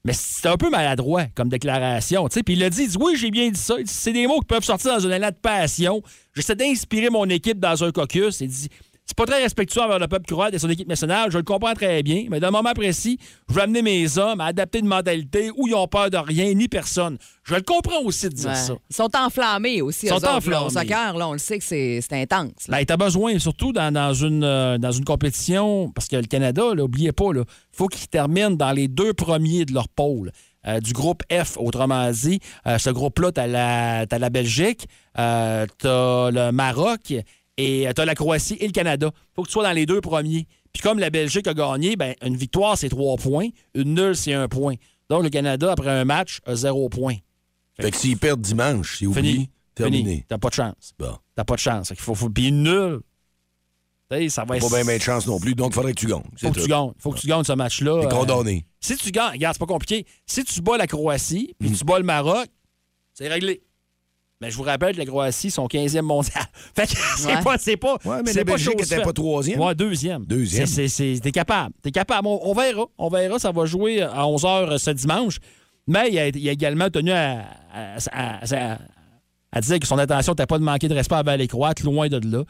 [SPEAKER 4] mais c'est un peu maladroit comme déclaration. tu sais. Puis il a dit, il dit, oui, j'ai bien dit ça. Il dit, C'est des mots qui peuvent sortir dans une année de passion. J'essaie d'inspirer mon équipe dans un caucus. Il dit, c'est pas très respectueux envers le peuple croate et son équipe nationale. Je le comprends très bien. Mais d'un moment précis, je veux amener mes hommes à adapter une mentalité où ils ont peur de rien ni personne. Je le comprends aussi de dire
[SPEAKER 5] Ouais.
[SPEAKER 4] ça.
[SPEAKER 5] Ils sont enflammés aussi.
[SPEAKER 4] Ils sont
[SPEAKER 5] eux autres, là.
[SPEAKER 4] enflammés.
[SPEAKER 5] Au soccer, là, on le sait que c'est c'est intense. là.
[SPEAKER 4] Ben, t'as besoin, surtout dans, dans une, euh, dans une compétition, parce que le Canada, là, oubliez pas, il faut qu'ils terminent dans les deux premiers de leur pôle. euh, du groupe F, autrement dit. Euh, ce groupe-là, t'as la, t'as la Belgique, euh, t'as le Maroc et t'as la Croatie et le Canada. faut que tu sois dans les deux premiers. Puis comme la Belgique a gagné, ben, une victoire, c'est trois points. Une nulle, c'est un point. Donc, le Canada, après un match, a zéro point.
[SPEAKER 3] Fait que s'ils perdent dimanche, c'est
[SPEAKER 4] Fini.
[SPEAKER 3] oublié.
[SPEAKER 4] Fini.
[SPEAKER 3] Terminé.
[SPEAKER 4] T'as pas de chance.
[SPEAKER 3] Bon.
[SPEAKER 4] T'as pas de chance. Fait qu'il faut, faut... Puis nul. T'sais, ça va
[SPEAKER 3] Pas
[SPEAKER 4] être...
[SPEAKER 3] bien ben de chance non plus, donc faudrait que tu gagnes. C'est
[SPEAKER 4] Faut que
[SPEAKER 3] tout.
[SPEAKER 4] tu gagnes. Faut que tu gagnes ce match-là.
[SPEAKER 3] T'es
[SPEAKER 4] Euh,
[SPEAKER 3] condamné.
[SPEAKER 4] si tu gagnes, regarde, c'est pas compliqué. Si tu bats la Croatie,
[SPEAKER 3] Hmm.
[SPEAKER 4] puis tu bats le Maroc, c'est réglé. Mais je vous rappelle que la Croatie, sont 15e mondial. fait que c'est
[SPEAKER 5] Ouais.
[SPEAKER 4] pas... C'est pas...
[SPEAKER 3] Ouais, mais
[SPEAKER 4] c'est
[SPEAKER 3] la
[SPEAKER 4] pas
[SPEAKER 3] Belgique
[SPEAKER 4] chose
[SPEAKER 3] était
[SPEAKER 4] faite.
[SPEAKER 3] pas troisième.
[SPEAKER 4] Ouais, deuxième.
[SPEAKER 3] Deuxième.
[SPEAKER 4] C'est- c'est- c'est- T'es capable. T'es capable. On, on verra. On verra. Ça va jouer à 11h ce dimanche. Mais il a, il a également tenu à, à- à- à- à dire que son intention n'était pas de manquer de respect envers les Croates, loin de là.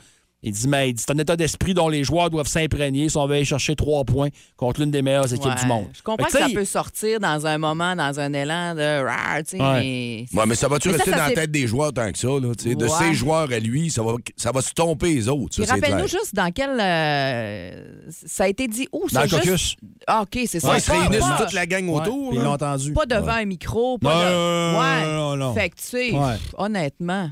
[SPEAKER 4] Il dit, mais il dit, c'est un état d'esprit dont les joueurs doivent s'imprégner si on veut aller chercher trois points contre l'une des meilleures équipes
[SPEAKER 5] Ouais.
[SPEAKER 4] du monde.
[SPEAKER 5] Je comprends
[SPEAKER 4] Fait
[SPEAKER 5] que,
[SPEAKER 4] tu
[SPEAKER 5] ça
[SPEAKER 4] sais,
[SPEAKER 5] peut sortir dans un moment, dans un élan de. rare, tu sais,
[SPEAKER 4] Ouais.
[SPEAKER 5] mais-
[SPEAKER 3] Ouais, mais ça va-tu
[SPEAKER 5] Mais ça,
[SPEAKER 3] rester
[SPEAKER 5] ça
[SPEAKER 3] dans la
[SPEAKER 5] s'est-
[SPEAKER 3] tête des joueurs tant que ça? Là, tu sais, De
[SPEAKER 5] Ouais.
[SPEAKER 3] ses joueurs à lui, ça va, ça va se tomber les autres. Ça,
[SPEAKER 5] Puis
[SPEAKER 3] c'est
[SPEAKER 5] rappelle-nous
[SPEAKER 3] clair.
[SPEAKER 5] juste dans quel. euh, ça a été dit où,
[SPEAKER 4] Dans
[SPEAKER 5] ça?
[SPEAKER 4] le
[SPEAKER 5] juste-
[SPEAKER 4] caucus.
[SPEAKER 5] Ah, OK, c'est ça.
[SPEAKER 3] Ouais, ils se
[SPEAKER 5] Pas-
[SPEAKER 3] réunissent
[SPEAKER 5] pas-
[SPEAKER 3] toute la gang
[SPEAKER 4] Ouais,
[SPEAKER 3] autour.
[SPEAKER 4] puis ils
[SPEAKER 3] là.
[SPEAKER 4] l'ont entendu.
[SPEAKER 5] Pas devant un micro, pas
[SPEAKER 4] Non,
[SPEAKER 5] de-
[SPEAKER 4] non,
[SPEAKER 5] ouais.
[SPEAKER 4] non, non, non.
[SPEAKER 5] Fait que, tu sais,
[SPEAKER 4] Ouais.
[SPEAKER 5] pff, honnêtement.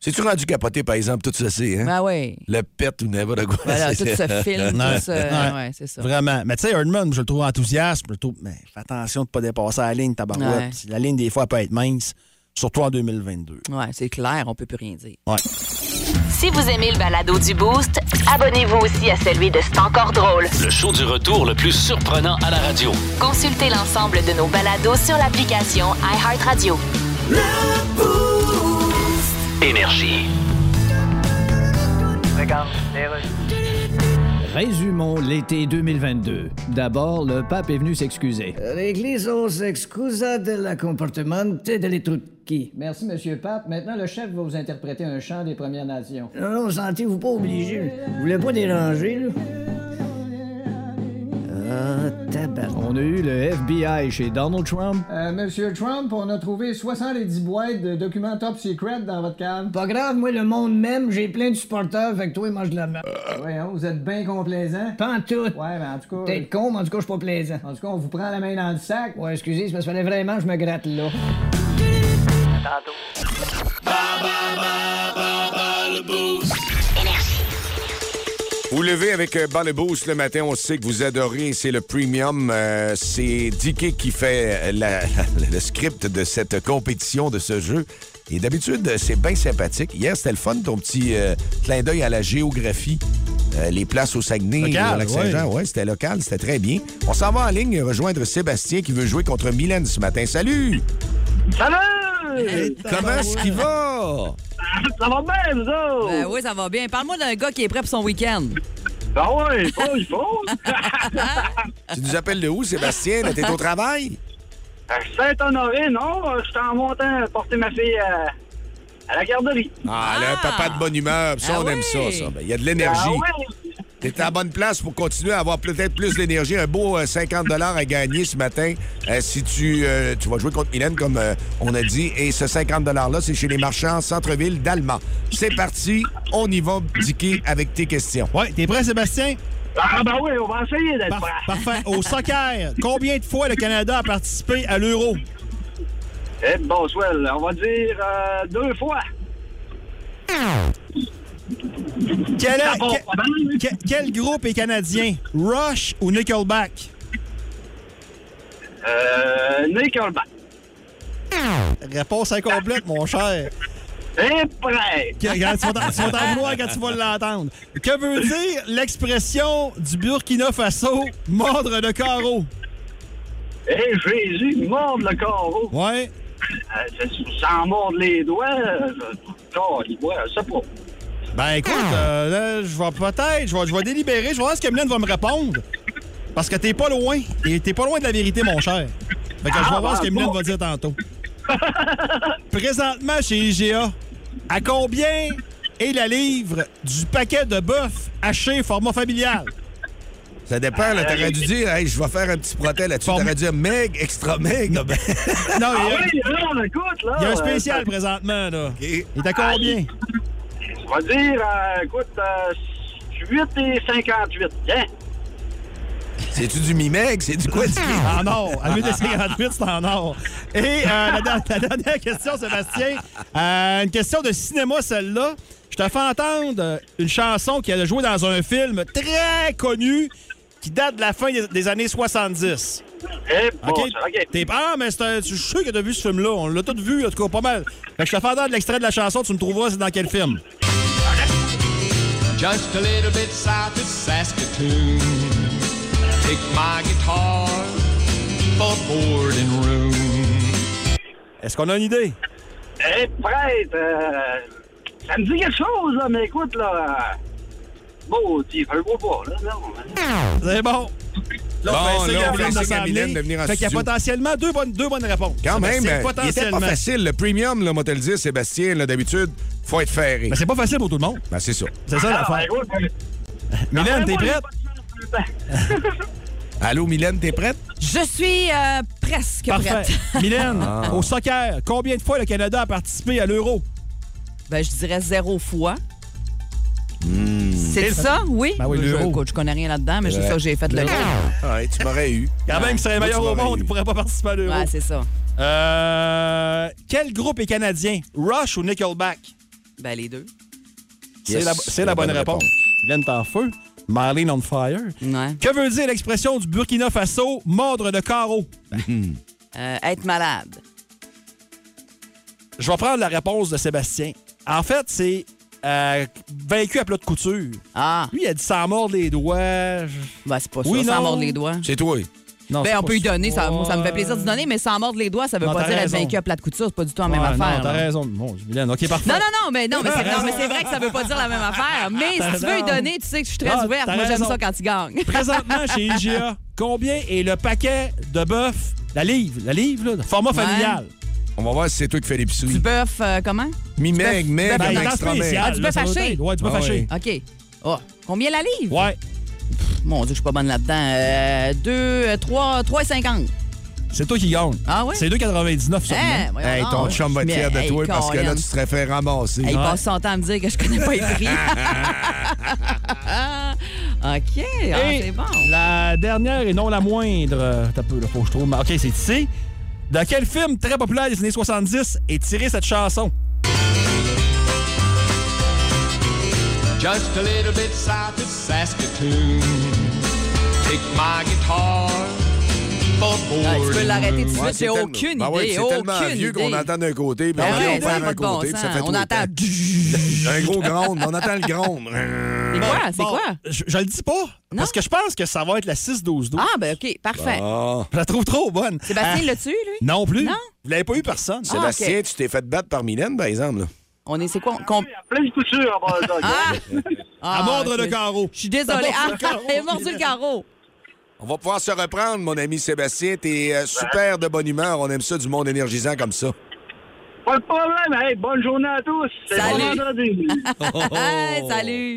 [SPEAKER 3] C'est-tu rendu capoté, par exemple, tout ceci? Hein?
[SPEAKER 5] Ben oui.
[SPEAKER 3] Le pet ou n'importe quoi.
[SPEAKER 5] Voilà, tout
[SPEAKER 3] c'est-
[SPEAKER 5] ce film,
[SPEAKER 4] Ouais.
[SPEAKER 5] tout ce.
[SPEAKER 4] Ouais.
[SPEAKER 5] euh, Ouais, c'est ça.
[SPEAKER 4] Vraiment. Mais tu sais, Herdman, je le trouve enthousiaste. Je le trouve- mais fais attention de ne pas dépasser la ligne, tabarouette.
[SPEAKER 5] Ouais.
[SPEAKER 4] La ligne, des fois, elle peut être mince, surtout en 2022.
[SPEAKER 5] Ouais, c'est clair, on peut plus rien dire.
[SPEAKER 1] Si vous aimez le balado du Boost, abonnez-vous aussi à celui de C'est encore drôle.
[SPEAKER 2] Le show du retour le plus surprenant à la radio.
[SPEAKER 1] Consultez l'ensemble de nos balados sur l'application iHeartRadio.
[SPEAKER 2] Énergie.
[SPEAKER 9] Résumons l'été 2022. D'abord, le pape est venu s'excuser.
[SPEAKER 10] Euh, L'Église s'excusa de la comportement de l'étruquie.
[SPEAKER 9] Merci, Monsieur Pape. Maintenant, le chef va vous interpréter un chant des Premières Nations.
[SPEAKER 10] Non, non, sentez-vous pas obligé. Vous voulez pas déranger, là? Ah, tabac.
[SPEAKER 9] On a eu le FBI chez Donald Trump. Euh, Monsieur Trump, on a trouvé 70 boîtes de documents top secret dans votre cave.
[SPEAKER 10] Pas grave, moi, le monde même, j'ai plein de supporters, fait que toi, mange de la merde.
[SPEAKER 9] Euh, Voyons, vous êtes bien complaisant.
[SPEAKER 10] Pas en tout.
[SPEAKER 9] Ouais, mais en tout cas,
[SPEAKER 10] Peut-être con, mais en tout cas, je suis pas plaisant.
[SPEAKER 9] en tout cas, on vous prend la main dans le sac.
[SPEAKER 10] Ouais, excusez, c'est parce qu'il fallait vraiment que je me gratte là.
[SPEAKER 3] Vous levez avec euh, Bar le Boost le matin, on sait que vous adorez, c'est le premium. euh, c'est Dicky qui fait euh, la- le script de cette compétition, de ce jeu. Et d'habitude, euh, c'est bien sympathique. Hier, c'était le fun, ton petit euh, clin d'œil à la géographie. Euh, les places au Saguenay,
[SPEAKER 4] Local,
[SPEAKER 3] au Lac-Saint-Jean, ouais, c'était local, c'était très bien. On s'en va en ligne rejoindre Sébastien qui veut jouer contre Mylène ce matin. Salut!
[SPEAKER 8] Salut!
[SPEAKER 3] Comment est-ce qu'il va?
[SPEAKER 8] Ça va bien, vous autres?
[SPEAKER 5] Ben oui, ça va bien. Parle-moi d'un gars qui est prêt pour son week-end.
[SPEAKER 8] Ben ouais, pas, il faut.
[SPEAKER 3] Tu nous appelles de où, Sébastien? Là, T'es au travail?
[SPEAKER 8] Euh, Saint-Honoré, non? euh, Je suis en montant porter ma fille à, à la garderie.
[SPEAKER 3] Ah, là, papa de bonne humeur, ça,
[SPEAKER 5] Ah
[SPEAKER 3] on aime ça,
[SPEAKER 5] oui.
[SPEAKER 3] ça. Ben, Il y a de l'énergie.
[SPEAKER 8] Ah ouais?
[SPEAKER 3] T'es à la bonne place pour continuer à avoir peut-être plus d'énergie. Un beau euh, 50 à gagner ce matin euh, si tu, euh, tu vas jouer contre Mylène, comme euh, on a dit. Et ce 50 $-là, c'est chez les marchands Centre-Ville d'Allemand. C'est parti. On y va, Dicky, avec tes questions.
[SPEAKER 4] Ouais, t'es prêt, Sébastien?
[SPEAKER 8] Ah ben oui, on va essayer d'être
[SPEAKER 4] Par-
[SPEAKER 8] prêts.
[SPEAKER 4] Parfait. Au soccer, combien de fois le Canada a participé à l'Euro?
[SPEAKER 8] Eh, Boswell, on va dire euh, deux fois.
[SPEAKER 4] Quel,
[SPEAKER 8] Ah bon,
[SPEAKER 4] que-
[SPEAKER 8] ben,
[SPEAKER 4] que- quel groupe est canadien? Rush ou Nickelback?
[SPEAKER 8] Euh, Nickelback.
[SPEAKER 4] Réponse incomplète, mon cher.
[SPEAKER 8] Et prêt.
[SPEAKER 4] Que- Regarde, tu vas t'en- tu vas t'en vouloir quand tu vas l'entendre. Que veut dire l'expression du Burkina Faso mordre le carreau?
[SPEAKER 8] Eh, Jésus, morde le corps.
[SPEAKER 4] Ouais.
[SPEAKER 8] Euh, sans mordre les doigts, euh, corps, il voit, je sais pas.
[SPEAKER 4] Ben écoute,
[SPEAKER 8] Ah.
[SPEAKER 4] euh, là, je vais peut-être, je vais, je vais délibérer, je vais voir ce que Mylène va me répondre. Parce que t'es pas loin. Et T'es pas loin de la vérité, mon cher. Fait que je
[SPEAKER 8] Ah,
[SPEAKER 4] vais voir ce que Mylène va dire tantôt. Présentement chez IGA, à combien est la livre du paquet de bœuf haché format familial?
[SPEAKER 3] Ça dépend. là, T'aurais dû dire, hey, je vais faire un petit protel là-dessus.
[SPEAKER 4] Bon.
[SPEAKER 3] T'aurais dû dire meg, extra meg. Ah ben,
[SPEAKER 4] Non,
[SPEAKER 8] Ah
[SPEAKER 4] il y a,
[SPEAKER 8] oui, là, on écoute, là.
[SPEAKER 4] il y a un spécial présentement, là.
[SPEAKER 3] OK.
[SPEAKER 4] Il est à combien?
[SPEAKER 8] Euh, On va dire, euh, écoute, euh, 8 et 58. Hein?
[SPEAKER 3] C'est-tu du mi-meg? C'est du quoi, Dicky?
[SPEAKER 4] En or. À 1858, c'est en or. Et euh, la, der- la dernière question, Sébastien. Euh, une question de cinéma, celle-là. Je te fais entendre euh, une chanson qui a joué dans un film très connu qui date de la fin des, des années 70.
[SPEAKER 8] Eh, bon,
[SPEAKER 4] OK?
[SPEAKER 8] ça, OK.
[SPEAKER 4] T'es ah, mais c'est un- je suis sûr que t'as vu ce film-là. On l'a tous vu, en tout cas, pas mal. Fait que je te fais entendre l'extrait de la chanson, tu me trouveras c'est dans quel film.
[SPEAKER 11] Just a little bit south of Saskatoon. Take my guitar for boarding room.
[SPEAKER 4] Est-ce qu'on a une idée?
[SPEAKER 8] Eh, prêtre, euh, ça me dit quelque chose, là, mais écoute, là. Bon, tu veux pas, là, non. hein.
[SPEAKER 4] C'est bon. Là, on fait
[SPEAKER 3] Bon, là,
[SPEAKER 4] essayer
[SPEAKER 3] on
[SPEAKER 4] à Blonde
[SPEAKER 3] fait
[SPEAKER 4] de
[SPEAKER 3] essayer à
[SPEAKER 4] s'en
[SPEAKER 3] Mylène
[SPEAKER 4] venir.
[SPEAKER 3] de venir en
[SPEAKER 4] Fait qu'il y a
[SPEAKER 3] studio.
[SPEAKER 4] potentiellement deux bonnes, deux bonnes réponses.
[SPEAKER 3] Quand même,
[SPEAKER 4] C'est
[SPEAKER 3] euh, il était
[SPEAKER 4] potentiellement.
[SPEAKER 3] pas facile. Le premium, là, moi, te le dire, Sébastien, là, d'habitude, faut être ferré.
[SPEAKER 4] Mais c'est pas facile pour tout le monde.
[SPEAKER 3] Ben, c'est ça.
[SPEAKER 4] C'est ça
[SPEAKER 8] Ah,
[SPEAKER 4] l'affaire.
[SPEAKER 8] euh,
[SPEAKER 4] Mylène, t'es prête?
[SPEAKER 3] Allô, Mylène, t'es prête?
[SPEAKER 5] Je suis euh, presque
[SPEAKER 4] Parfait.
[SPEAKER 5] prête.
[SPEAKER 4] Mylène,
[SPEAKER 3] Ah.
[SPEAKER 4] au soccer, combien de fois le Canada a participé à l'Euro?
[SPEAKER 5] Ben, je dirais zéro fois. C'est ça, oui?
[SPEAKER 4] Ben oui,
[SPEAKER 5] je,
[SPEAKER 4] l'euro.
[SPEAKER 5] écoute, je connais rien là-dedans, mais c'est
[SPEAKER 3] Ouais.
[SPEAKER 5] ça que j'ai fait le lien.
[SPEAKER 3] Ouais, tu m'aurais eu.
[SPEAKER 4] Quand même, il serait
[SPEAKER 3] Moi, tu
[SPEAKER 4] meilleur au
[SPEAKER 3] m'aurais
[SPEAKER 4] monde,
[SPEAKER 3] eu.
[SPEAKER 4] il pourrait pas participer à l'Euro.
[SPEAKER 5] Ouais, c'est ça.
[SPEAKER 4] Euh, quel groupe est canadien? Rush ou Nickelback?
[SPEAKER 5] Ben, les deux.
[SPEAKER 4] C'est
[SPEAKER 3] Yes,
[SPEAKER 4] la, c'est la bonne, réponse. Mylène, t'es en feu. Marlene on fire.
[SPEAKER 5] Ouais.
[SPEAKER 4] Que veut dire l'expression du Burkina Faso, mordre de carreau? Ben,
[SPEAKER 5] Euh, être malade.
[SPEAKER 4] Je vais prendre la réponse de Sébastien. En fait, c'est euh, vaincu à plat de couture.
[SPEAKER 5] Ah,
[SPEAKER 4] Lui, il a dit sans mordre les doigts. Je-
[SPEAKER 5] ben, c'est pas
[SPEAKER 4] Oui,
[SPEAKER 5] ça,
[SPEAKER 4] non.
[SPEAKER 5] sans mordre les doigts.
[SPEAKER 3] C'est toi.
[SPEAKER 4] Non, c'est
[SPEAKER 5] Ben, on
[SPEAKER 4] pas
[SPEAKER 5] peut lui donner, ça, moi, ça me fait
[SPEAKER 4] Ouais.
[SPEAKER 5] plaisir de donner, mais sans mordre les doigts, ça veut
[SPEAKER 4] Non,
[SPEAKER 5] pas
[SPEAKER 4] t'as
[SPEAKER 5] dire
[SPEAKER 4] raison.
[SPEAKER 5] être vaincu à plat de couture, c'est pas du tout la même
[SPEAKER 4] Ouais,
[SPEAKER 5] affaire.
[SPEAKER 4] Non, t'as
[SPEAKER 5] là.
[SPEAKER 4] raison. Bon, Mylène, OK, parfait.
[SPEAKER 5] Non, non, non, mais non, mais c'est, non, mais c'est vrai que ça veut pas dire la même affaire. Mais si tu veux lui donner, tu sais que je suis très
[SPEAKER 4] Ah,
[SPEAKER 5] ouverte.
[SPEAKER 4] t'as
[SPEAKER 5] Moi, j'aime
[SPEAKER 4] raison.
[SPEAKER 5] ça quand il gagne.
[SPEAKER 4] Présentement, chez IGA, combien est le paquet de bœuf, la livre, la livre, là, de format
[SPEAKER 5] Ouais.
[SPEAKER 4] familial?
[SPEAKER 3] On va voir si c'est toi qui fais
[SPEAKER 5] Du
[SPEAKER 3] l'épicerie.
[SPEAKER 5] bœuf, euh, comment?
[SPEAKER 3] Mi-meg, meg,
[SPEAKER 5] Ben,
[SPEAKER 4] il est en
[SPEAKER 3] extra meg.
[SPEAKER 4] spécial,
[SPEAKER 5] Ah, du
[SPEAKER 4] là,
[SPEAKER 5] bœuf
[SPEAKER 4] ça doit
[SPEAKER 5] haché.
[SPEAKER 4] être. Ouais, du bœuf
[SPEAKER 3] Ah,
[SPEAKER 4] haché.
[SPEAKER 5] OK. Ah, combien la livre?
[SPEAKER 4] Ouais,
[SPEAKER 5] Mon Dieu, je suis pas bonne là-dedans. Euh, 2, 3, 3,50.
[SPEAKER 4] c'est toi qui gagne.
[SPEAKER 5] Ah ouais?
[SPEAKER 4] C'est 2,99 sûrement.
[SPEAKER 5] Hein, voyons
[SPEAKER 3] Hey,
[SPEAKER 5] donc.
[SPEAKER 3] ton chum va être
[SPEAKER 5] Mais,
[SPEAKER 3] fier de
[SPEAKER 5] hey,
[SPEAKER 3] toi parce que là,
[SPEAKER 5] Colin.
[SPEAKER 3] tu serais fait ramasser.
[SPEAKER 5] Hey, il
[SPEAKER 4] Ouais.
[SPEAKER 5] passe son temps à me dire que je connais pas les prix.
[SPEAKER 3] Ah.
[SPEAKER 5] OK, ah,
[SPEAKER 4] Et
[SPEAKER 5] c'est bon.
[SPEAKER 4] La dernière et non la moindre. euh, T'as peu, là, faut que je trouve. mais OK, c'est ici. De quel film très populaire des années 70 est tirée cette chanson?
[SPEAKER 11] Just a little bit south of Saskatoon. Take my guitar for
[SPEAKER 5] Ah, tu
[SPEAKER 11] boarding
[SPEAKER 5] peux l'arrêter tout de
[SPEAKER 11] room.
[SPEAKER 5] suite, j'ai aucune
[SPEAKER 3] Ben ouais,
[SPEAKER 5] idée.
[SPEAKER 3] c'est tellement
[SPEAKER 5] aucune
[SPEAKER 3] vieux qu'on
[SPEAKER 5] idée.
[SPEAKER 3] entend d'un côté, puis
[SPEAKER 5] Ah
[SPEAKER 3] on
[SPEAKER 5] ouais,
[SPEAKER 3] entend
[SPEAKER 5] ça
[SPEAKER 3] par
[SPEAKER 5] n'a
[SPEAKER 3] un
[SPEAKER 5] pas de bon
[SPEAKER 3] côté, puis ça
[SPEAKER 5] sens.
[SPEAKER 3] fait tout
[SPEAKER 5] On
[SPEAKER 3] le
[SPEAKER 5] entend.
[SPEAKER 3] temps. Un gros grondre, on entend le grondre.
[SPEAKER 5] C'est quoi? C'est
[SPEAKER 4] Bon,
[SPEAKER 5] quoi?
[SPEAKER 4] Je, je le dis pas,
[SPEAKER 5] Non?
[SPEAKER 4] parce que je pense que ça va être la 6-12-12.
[SPEAKER 5] Ah, ben OK, parfait.
[SPEAKER 3] Ah.
[SPEAKER 4] Je la trouve trop bonne.
[SPEAKER 5] Sébastien,
[SPEAKER 4] Ah,
[SPEAKER 5] l'as-tu, lui?
[SPEAKER 4] Non plus.
[SPEAKER 5] Non? Ah,
[SPEAKER 4] Vous l'avez pas eu personne.
[SPEAKER 3] Sébastien,
[SPEAKER 5] ok.
[SPEAKER 3] tu t'es fait battre par Mylène, par exemple. Là.
[SPEAKER 5] On est, c'est quoi? on- com-
[SPEAKER 8] Plein de coutures en bas de
[SPEAKER 5] Ah!
[SPEAKER 4] À
[SPEAKER 5] Ah,
[SPEAKER 4] mordre le
[SPEAKER 5] je-
[SPEAKER 4] carreau.
[SPEAKER 5] Je suis désolée. Ah, elle a mordu le carreau.
[SPEAKER 3] On va pouvoir se reprendre, mon ami Sébastien. T'es euh, super de bonne humeur. On aime ça, du monde énergisant comme ça.
[SPEAKER 8] Pas de problème, hey, bonne journée à tous. C'est
[SPEAKER 5] Salut.
[SPEAKER 8] bon vendredi.
[SPEAKER 4] Oh,
[SPEAKER 5] Ah, salut.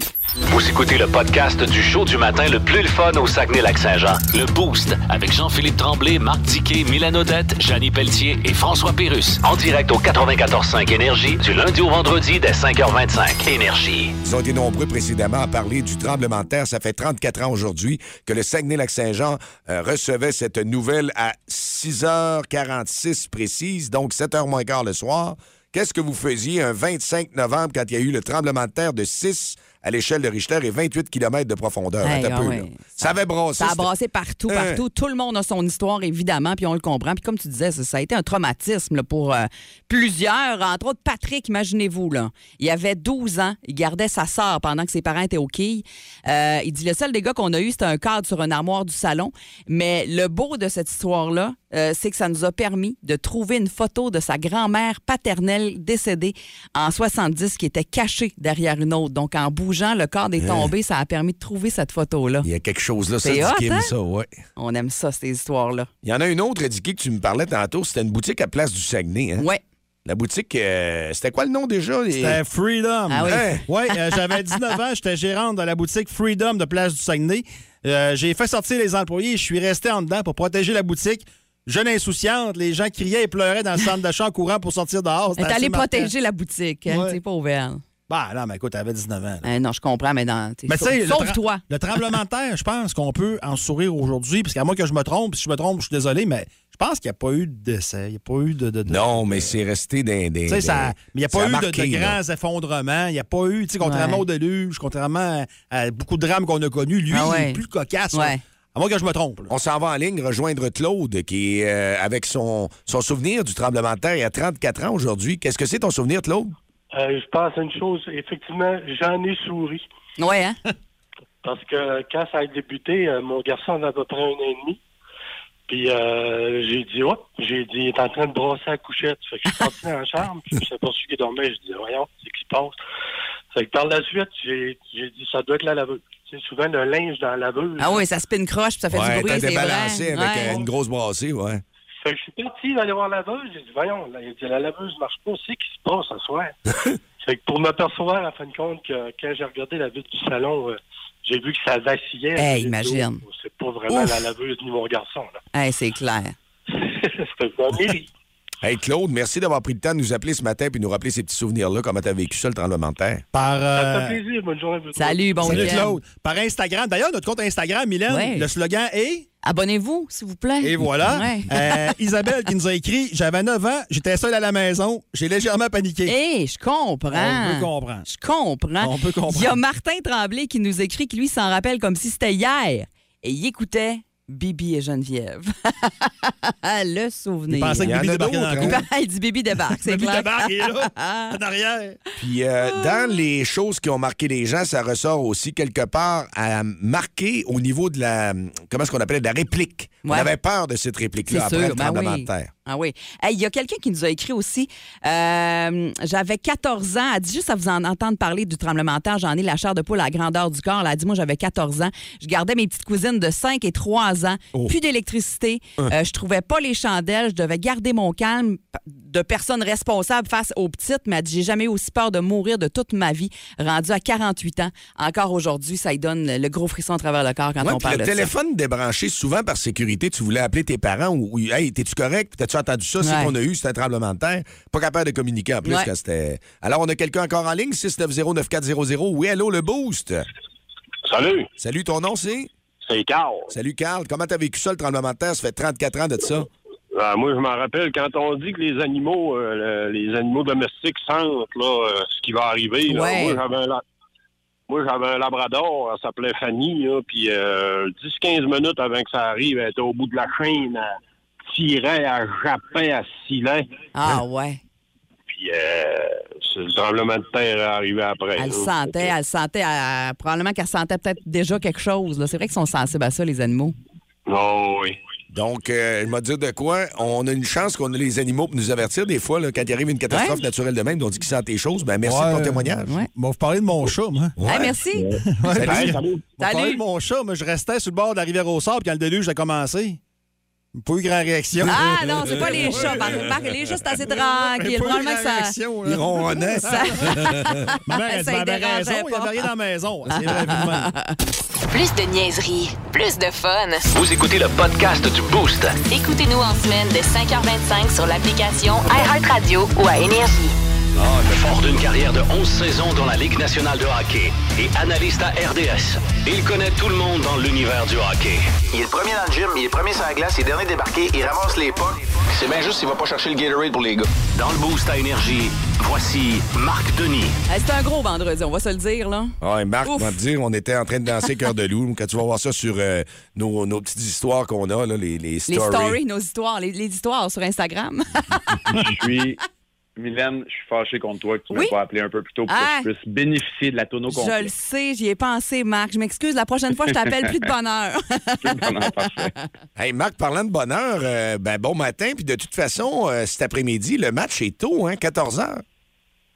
[SPEAKER 2] Vous écoutez le podcast du show du matin le plus le fun au Saguenay-Lac-Saint-Jean. Le Boost avec Jean-Philippe Tremblay, Marc Diquet, Milan Odette, Janine Pelletier et François Pérus. En direct au 94.5 Énergie du lundi au vendredi dès 5h25. Énergie.
[SPEAKER 3] Ils ont été nombreux précédemment à parler du tremblement de terre. Ça fait 34 ans aujourd'hui que le Saguenay-Lac-Saint-Jean euh, recevait cette nouvelle à 6h46 précise, donc 7h moins quart le soir. Qu'est-ce que vous faisiez un 25 novembre quand il y a eu le tremblement de terre de 6 à l'échelle de Richter et 28 km de profondeur?
[SPEAKER 5] Hey,
[SPEAKER 3] Attends un
[SPEAKER 5] ah
[SPEAKER 3] peu,
[SPEAKER 5] ouais.
[SPEAKER 3] là. Ça avait brassé.
[SPEAKER 5] Ça a
[SPEAKER 3] c'était-
[SPEAKER 5] brassé partout,
[SPEAKER 3] Hein.
[SPEAKER 5] partout. Tout le monde a son histoire, évidemment, puis on le comprend. Puis comme tu disais, ça, ça a été un traumatisme là, pour euh, plusieurs, entre autres Patrick, imaginez-vous. là. Il avait 12 ans, il gardait sa sœur pendant que ses parents étaient au quilles. Euh, il dit, le seul dégât qu'on a eu, c'était un cadre sur un armoire du salon. Mais le beau de cette histoire-là, euh, c'est que ça nous a permis de trouver une photo de sa grand-mère paternelle décédée en 70 qui était cachée derrière une autre. Donc, en bougeant, le corps
[SPEAKER 3] Hein?
[SPEAKER 5] est tombé. Ça a permis de trouver cette photo-là.
[SPEAKER 3] Il y a quelque chose là, ça,
[SPEAKER 5] C'est
[SPEAKER 3] dit
[SPEAKER 5] hot,
[SPEAKER 3] Kim,
[SPEAKER 5] hein?
[SPEAKER 3] ça, ouais.
[SPEAKER 5] On aime ça, ces histoires-là.
[SPEAKER 3] Il y en a une autre, Dicky, que tu me parlais tantôt. C'était une boutique à Place du Saguenay. hein?
[SPEAKER 5] Ouais.
[SPEAKER 3] La boutique, euh, c'était quoi le nom déjà? Les-
[SPEAKER 4] C'était Freedom.
[SPEAKER 5] Ah oui.
[SPEAKER 3] Hein?
[SPEAKER 4] Ouais, euh, j'avais 19 ans, j'étais gérante de la boutique Freedom de Place du Saguenay. Euh, j'ai fait sortir les employés et je suis resté en dedans pour protéger la boutique. Jeune insouciante, les gens criaient et pleuraient dans le centre d'achat en courant pour sortir dehors.
[SPEAKER 5] Elle
[SPEAKER 4] C'était
[SPEAKER 5] est allée
[SPEAKER 4] assez marquant.
[SPEAKER 5] protéger la boutique. hein,
[SPEAKER 4] Ouais.
[SPEAKER 5] t'sais, pas ouvert.
[SPEAKER 4] Bah non, mais écoute, t'avais 19 ans. là.
[SPEAKER 5] Hein, non, je comprends, mais dans. t'sais,
[SPEAKER 4] Mais tu sais,
[SPEAKER 5] sauve-
[SPEAKER 4] le tra-
[SPEAKER 5] Sauve-toi.
[SPEAKER 4] Le tremblement de terre, je pense qu'on peut en sourire aujourd'hui, parce qu'à moins que je me trompe, si je me trompe, je suis désolé, mais je pense qu'il n'y a pas eu de décès, il n'y a pas eu de. de- de-
[SPEAKER 3] Non, mais c'est resté d'un.
[SPEAKER 4] Tu sais, ça- mais il n'y a pas eu de- de, grands effondrements. Il n'y a pas eu, tu sais, contrairement
[SPEAKER 5] Ouais.
[SPEAKER 4] au déluge, contrairement à, à beaucoup de drames qu'on a connus, lui,
[SPEAKER 5] Ah
[SPEAKER 4] il
[SPEAKER 5] ouais.
[SPEAKER 4] est plus cocasse. là.
[SPEAKER 5] Ouais.
[SPEAKER 4] À moins que je me trompe. là.
[SPEAKER 3] On s'en va en ligne rejoindre Claude qui, est, euh, avec son, son souvenir du tremblement de terre, il y a 34 ans aujourd'hui. Qu'est-ce que c'est ton souvenir, Claude?
[SPEAKER 12] Euh, je pense à une chose, effectivement, j'en ai souri.
[SPEAKER 5] Ouais, hein?
[SPEAKER 12] Parce que euh, quand ça a débuté, euh, mon garçon avait à peu près un an et demi. Puis euh, j'ai dit, hop, j'ai dit, il est en train de brasser la couchette. Fait que je suis parti dans la chambre, puis je me suis aperçu qu'il dormait. J'ai dit, voyons, c'est qui se passe. Fait que par la suite, j'ai j'ai dit, ça doit être la laveuse. C'est souvent le linge dans la laveuse.
[SPEAKER 5] Ah oui, ça spin croche, puis ça fait
[SPEAKER 3] ouais,
[SPEAKER 5] du bruit,
[SPEAKER 3] t'as
[SPEAKER 5] c'est vrai.
[SPEAKER 3] débalancé avec
[SPEAKER 5] Ouais.
[SPEAKER 3] euh, une grosse brassée, ouais.
[SPEAKER 12] Fait que je suis parti d'aller voir la laveuse. J'ai dit, voyons, là, il dit, la laveuse marche pas. C'est qui se passe ce soir? fait que pour m'apercevoir, en fin de compte, que quand j'ai regardé la vitre du salon, euh, j'ai vu que ça vacillait.
[SPEAKER 5] Hey,
[SPEAKER 12] J'ai dit,
[SPEAKER 5] imagine.
[SPEAKER 12] Oh, C'est pas vraiment
[SPEAKER 5] Ouf.
[SPEAKER 12] la laveuse ni mon garçon. là.
[SPEAKER 5] Hey, c'est clair.
[SPEAKER 12] C'était quoi? Mais
[SPEAKER 3] Hey Claude, merci d'avoir pris le temps de nous appeler ce matin puis nous rappeler ces petits souvenirs-là, comment t'as vécu ça, le tremblement de terre.
[SPEAKER 4] Par, euh,
[SPEAKER 12] Ça fait plaisir. Bonne journée. à vous.
[SPEAKER 4] Salut, Claude. Par Instagram. D'ailleurs, notre compte Instagram, Mylène,
[SPEAKER 5] Ouais.
[SPEAKER 4] le slogan est...
[SPEAKER 5] Abonnez-vous, s'il vous plaît.
[SPEAKER 4] Et voilà.
[SPEAKER 5] Ouais.
[SPEAKER 4] Euh, Isabelle qui nous a écrit J'avais 9 ans, j'étais seule à la maison, j'ai légèrement paniqué.
[SPEAKER 5] Hé, Eh, je comprends.
[SPEAKER 4] On peut comprendre.
[SPEAKER 5] Je comprends.
[SPEAKER 4] On peut comprendre.
[SPEAKER 5] Il y a Martin Tremblay qui nous écrit que lui s'en rappelle comme si c'était hier. Et il écoutait Bibi et Geneviève. le souvenir.
[SPEAKER 3] Il pensait que Il y Bibi en a débarquait dans la d'autres, hein. cour.
[SPEAKER 5] Il dit Bibi débarque, c'est
[SPEAKER 4] Bibi
[SPEAKER 5] clair.
[SPEAKER 4] débarque, il est là, en arrière.
[SPEAKER 3] Puis euh,
[SPEAKER 5] Ah.
[SPEAKER 3] dans les choses qui ont marqué les gens, ça ressort aussi quelque part à marquer au niveau de la comment est-ce qu'on appelle de la réplique. On
[SPEAKER 5] Ouais.
[SPEAKER 3] avait peur de cette réplique-là
[SPEAKER 5] C'est
[SPEAKER 3] après
[SPEAKER 5] sûr,
[SPEAKER 3] le
[SPEAKER 5] ben
[SPEAKER 3] tremblement
[SPEAKER 5] oui.
[SPEAKER 3] de terre.
[SPEAKER 5] Ah oui. Hey, Il y a quelqu'un qui nous a écrit aussi. euh, J'avais 14 ans. Elle dit juste à vous en entendre parler du tremblement de terre. J'en ai la chair de poule à la grandeur du corps. Elle a dit Moi, j'avais 14 ans. Je gardais mes petites cousines de 5 et 3 ans.
[SPEAKER 13] Oh.
[SPEAKER 5] Plus d'électricité.
[SPEAKER 13] Hein.
[SPEAKER 5] Euh, je trouvais pas les chandelles. Je devais garder mon calme p- de personne responsable face aux petites. Mais elle dit J'ai jamais eu aussi peur de mourir de toute ma vie. Rendue à 48 ans. Encore aujourd'hui, ça lui donne le gros frisson à travers le corps quand
[SPEAKER 3] Ouais,
[SPEAKER 5] on
[SPEAKER 3] puis
[SPEAKER 5] parle
[SPEAKER 3] le
[SPEAKER 5] de ça.
[SPEAKER 3] téléphone débranché souvent par sécurité, tu voulais appeler tes parents ou ou, hey, t'es-tu correct? T'as-tu entendu ça? C'est
[SPEAKER 5] Ouais.
[SPEAKER 3] qu'on a eu, c'était un tremblement de terre. Pas capable de communiquer en plus
[SPEAKER 5] Ouais.
[SPEAKER 3] quand c'était. Alors on a quelqu'un encore en ligne, 690-9400. Oui, allô, le boost.
[SPEAKER 14] Salut.
[SPEAKER 3] Salut, ton nom c'est?
[SPEAKER 14] C'est Carl.
[SPEAKER 3] Salut Carl. Comment t'as vécu ça, le tremblement de terre? Ça fait 34 ans de ça.
[SPEAKER 14] Ah, moi, je m'en rappelle quand on dit que les animaux, euh, le- les animaux domestiques sentent là, euh, ce qui va arriver. là.
[SPEAKER 15] Ouais.
[SPEAKER 14] Moi, j'avais un, la- moi, j'avais un labrador, elle s'appelait Fanny, là, puis euh, 10-15 minutes avant que ça arrive, elle était au bout de la chaîne, elle tirait, elle jappait, elle silait.
[SPEAKER 5] Ah ouais.
[SPEAKER 14] Puis euh, c'est le tremblement de terre est arrivé après.
[SPEAKER 5] Elle le
[SPEAKER 14] là.
[SPEAKER 5] sentait, elle le sentait, elle- elle- probablement qu'elle sentait peut-être déjà quelque chose. là. C'est vrai qu'ils sont sensibles à ça, les animaux.
[SPEAKER 14] Oh, oui.
[SPEAKER 3] Donc, euh, je m'a dire de quoi? On a une chance qu'on a les animaux pour nous avertir des fois. Là, quand il arrive une catastrophe naturelle de même, on dit qu'ils sentent des choses. Ben, merci
[SPEAKER 4] Ouais.
[SPEAKER 3] de ton témoignage.
[SPEAKER 4] Bon, vous parlez de mon chat, moi.
[SPEAKER 3] Ouais.
[SPEAKER 5] Ah,
[SPEAKER 3] Hey, merci.
[SPEAKER 4] Ouais,
[SPEAKER 3] Salut.
[SPEAKER 4] parce que-
[SPEAKER 3] Salut.
[SPEAKER 4] Vous parlez de mon chat, moi, je restais sur le bord de la rivière au sable quand le déluge a commencé. Pas eu grand réaction.
[SPEAKER 5] Ah non, c'est pas les chats, Marc. Marc, il est juste assez tranquille. Probablement que ça.
[SPEAKER 3] Ils ronronnaient.
[SPEAKER 5] Ça-
[SPEAKER 4] Ma mère, elle dit,
[SPEAKER 5] Ça
[SPEAKER 4] Ma mère a raison,
[SPEAKER 5] dérangeait
[SPEAKER 4] il n'y avait
[SPEAKER 5] pas.
[SPEAKER 4] rien dans la maison. Ah, C'est vrai, vous-même.
[SPEAKER 1] Plus de niaiserie, plus de fun.
[SPEAKER 2] Vous écoutez le podcast du Boost.
[SPEAKER 1] Écoutez-nous en semaine de 5h25 sur l'application iHeartRadio ou à Énergie.
[SPEAKER 2] Ah, le fort d'une carrière de 11 saisons dans la Ligue nationale de hockey et analyste à RDS. Il connaît tout le monde dans l'univers du hockey.
[SPEAKER 16] Il est le premier dans le gym, il est premier sur la glace, il est dernier débarqué, il ramasse les pucks. C'est bien juste s'il va pas chercher le Gatorade pour les gars.
[SPEAKER 2] Dans le Boost à Énergie, voici Marc Denis.
[SPEAKER 5] Ah, C'est un gros vendredi, on va se le dire, là.
[SPEAKER 3] Ouais, Marc,
[SPEAKER 5] Ouf.
[SPEAKER 3] on va te dire, on était en train de danser Cœur de loup. Quand tu vas voir ça sur euh, nos, nos petites histoires qu'on a, là, les, les
[SPEAKER 5] Les
[SPEAKER 3] stories.
[SPEAKER 5] stories, nos histoires, les, les histoires sur Instagram.
[SPEAKER 17] je suis. Mylène, je suis fâché contre toi que tu ne m'aies pas appelé un peu plus tôt pour
[SPEAKER 5] Ah.
[SPEAKER 17] que je puisse bénéficier de la tonneau
[SPEAKER 5] je le sais, j'y ai pensé, Marc. Je m'excuse, la prochaine fois, je t'appelle plus de bonne heure.
[SPEAKER 3] Hey, Marc, parlant de bonheur, euh, ben, bon matin. Puis de toute façon, euh, cet après-midi, le match est tôt, hein, 14 h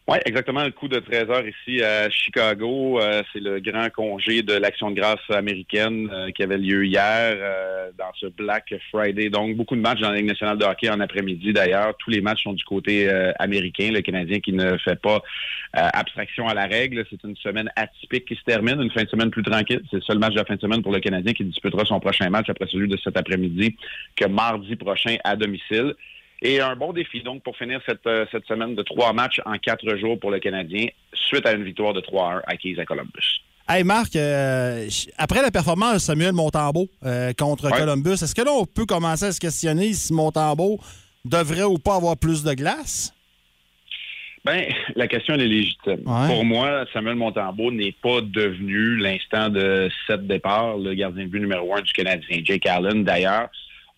[SPEAKER 17] Oui, exactement. Le coup de 13 heures ici à Chicago, euh, c'est le grand congé de l'action de grâce américaine euh, qui avait lieu hier euh, dans ce Black Friday. Donc, beaucoup de matchs dans la Ligue nationale de hockey en après-midi d'ailleurs. Tous les matchs sont du côté euh, américain. Le Canadien qui ne fait pas euh, abstraction à la règle. C'est une semaine atypique qui se termine, une fin de semaine plus tranquille. C'est le seul match de la fin de semaine pour le Canadien qui disputera son prochain match après celui de cet après-midi que mardi prochain à domicile. Et un bon défi, donc, pour finir cette, euh, cette semaine de trois matchs en quatre jours pour le Canadien, suite à une victoire de 3-1 acquise à Columbus.
[SPEAKER 4] Hey Marc, euh, j- après la performance de Samuel Montembeau euh, contre
[SPEAKER 17] Ouais.
[SPEAKER 4] Columbus, est-ce que là, on peut commencer à se questionner si Montembeau devrait ou pas avoir plus de glace?
[SPEAKER 17] Ben, la question, elle est légitime.
[SPEAKER 4] Ouais.
[SPEAKER 17] Pour moi, Samuel Montembeau n'est pas devenu, l'instant de sept départs, le gardien de but numéro un du Canadien. Jake Allen, d'ailleurs,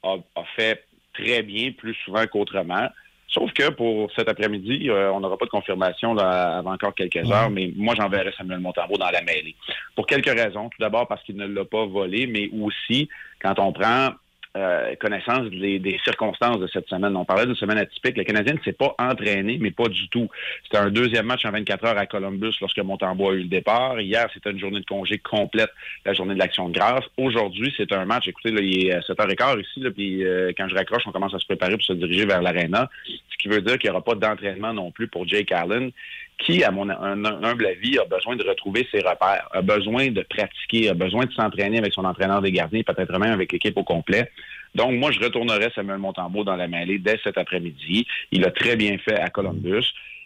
[SPEAKER 17] a, a fait très bien, plus souvent qu'autrement. Sauf que pour cet après-midi, euh, on n'aura pas de confirmation là, avant encore quelques heures, mais moi, j'enverrai Samuel Montembeau dans la mêlée. Pour quelques raisons. Tout d'abord, parce qu'il ne l'a pas volé, mais aussi, quand on prend euh, connaissance des, des circonstances de cette semaine. On parlait d'une semaine atypique. Le Canadien ne s'est pas entraîné, mais pas du tout. C'était un deuxième match en 24 heures à Columbus lorsque Montembois a eu le départ. Hier, c'était une journée de congé complète, la journée de l'action de grâce. Aujourd'hui, c'est un match. Écoutez, là, il est 7h15 ici, là, puis euh, quand je raccroche, on commence à se préparer pour se diriger vers l'aréna. Ce qui veut dire qu'il n'y aura pas d'entraînement non plus pour Jake Allen, qui, à mon un- un humble avis, a besoin de retrouver ses repères, a besoin de pratiquer, a besoin de s'entraîner avec son entraîneur des gardiens, peut-être même avec l'équipe au complet. Donc, moi, je retournerai Samuel Montembeau dans la mêlée dès cet après-midi. Il a très bien fait à Columbus.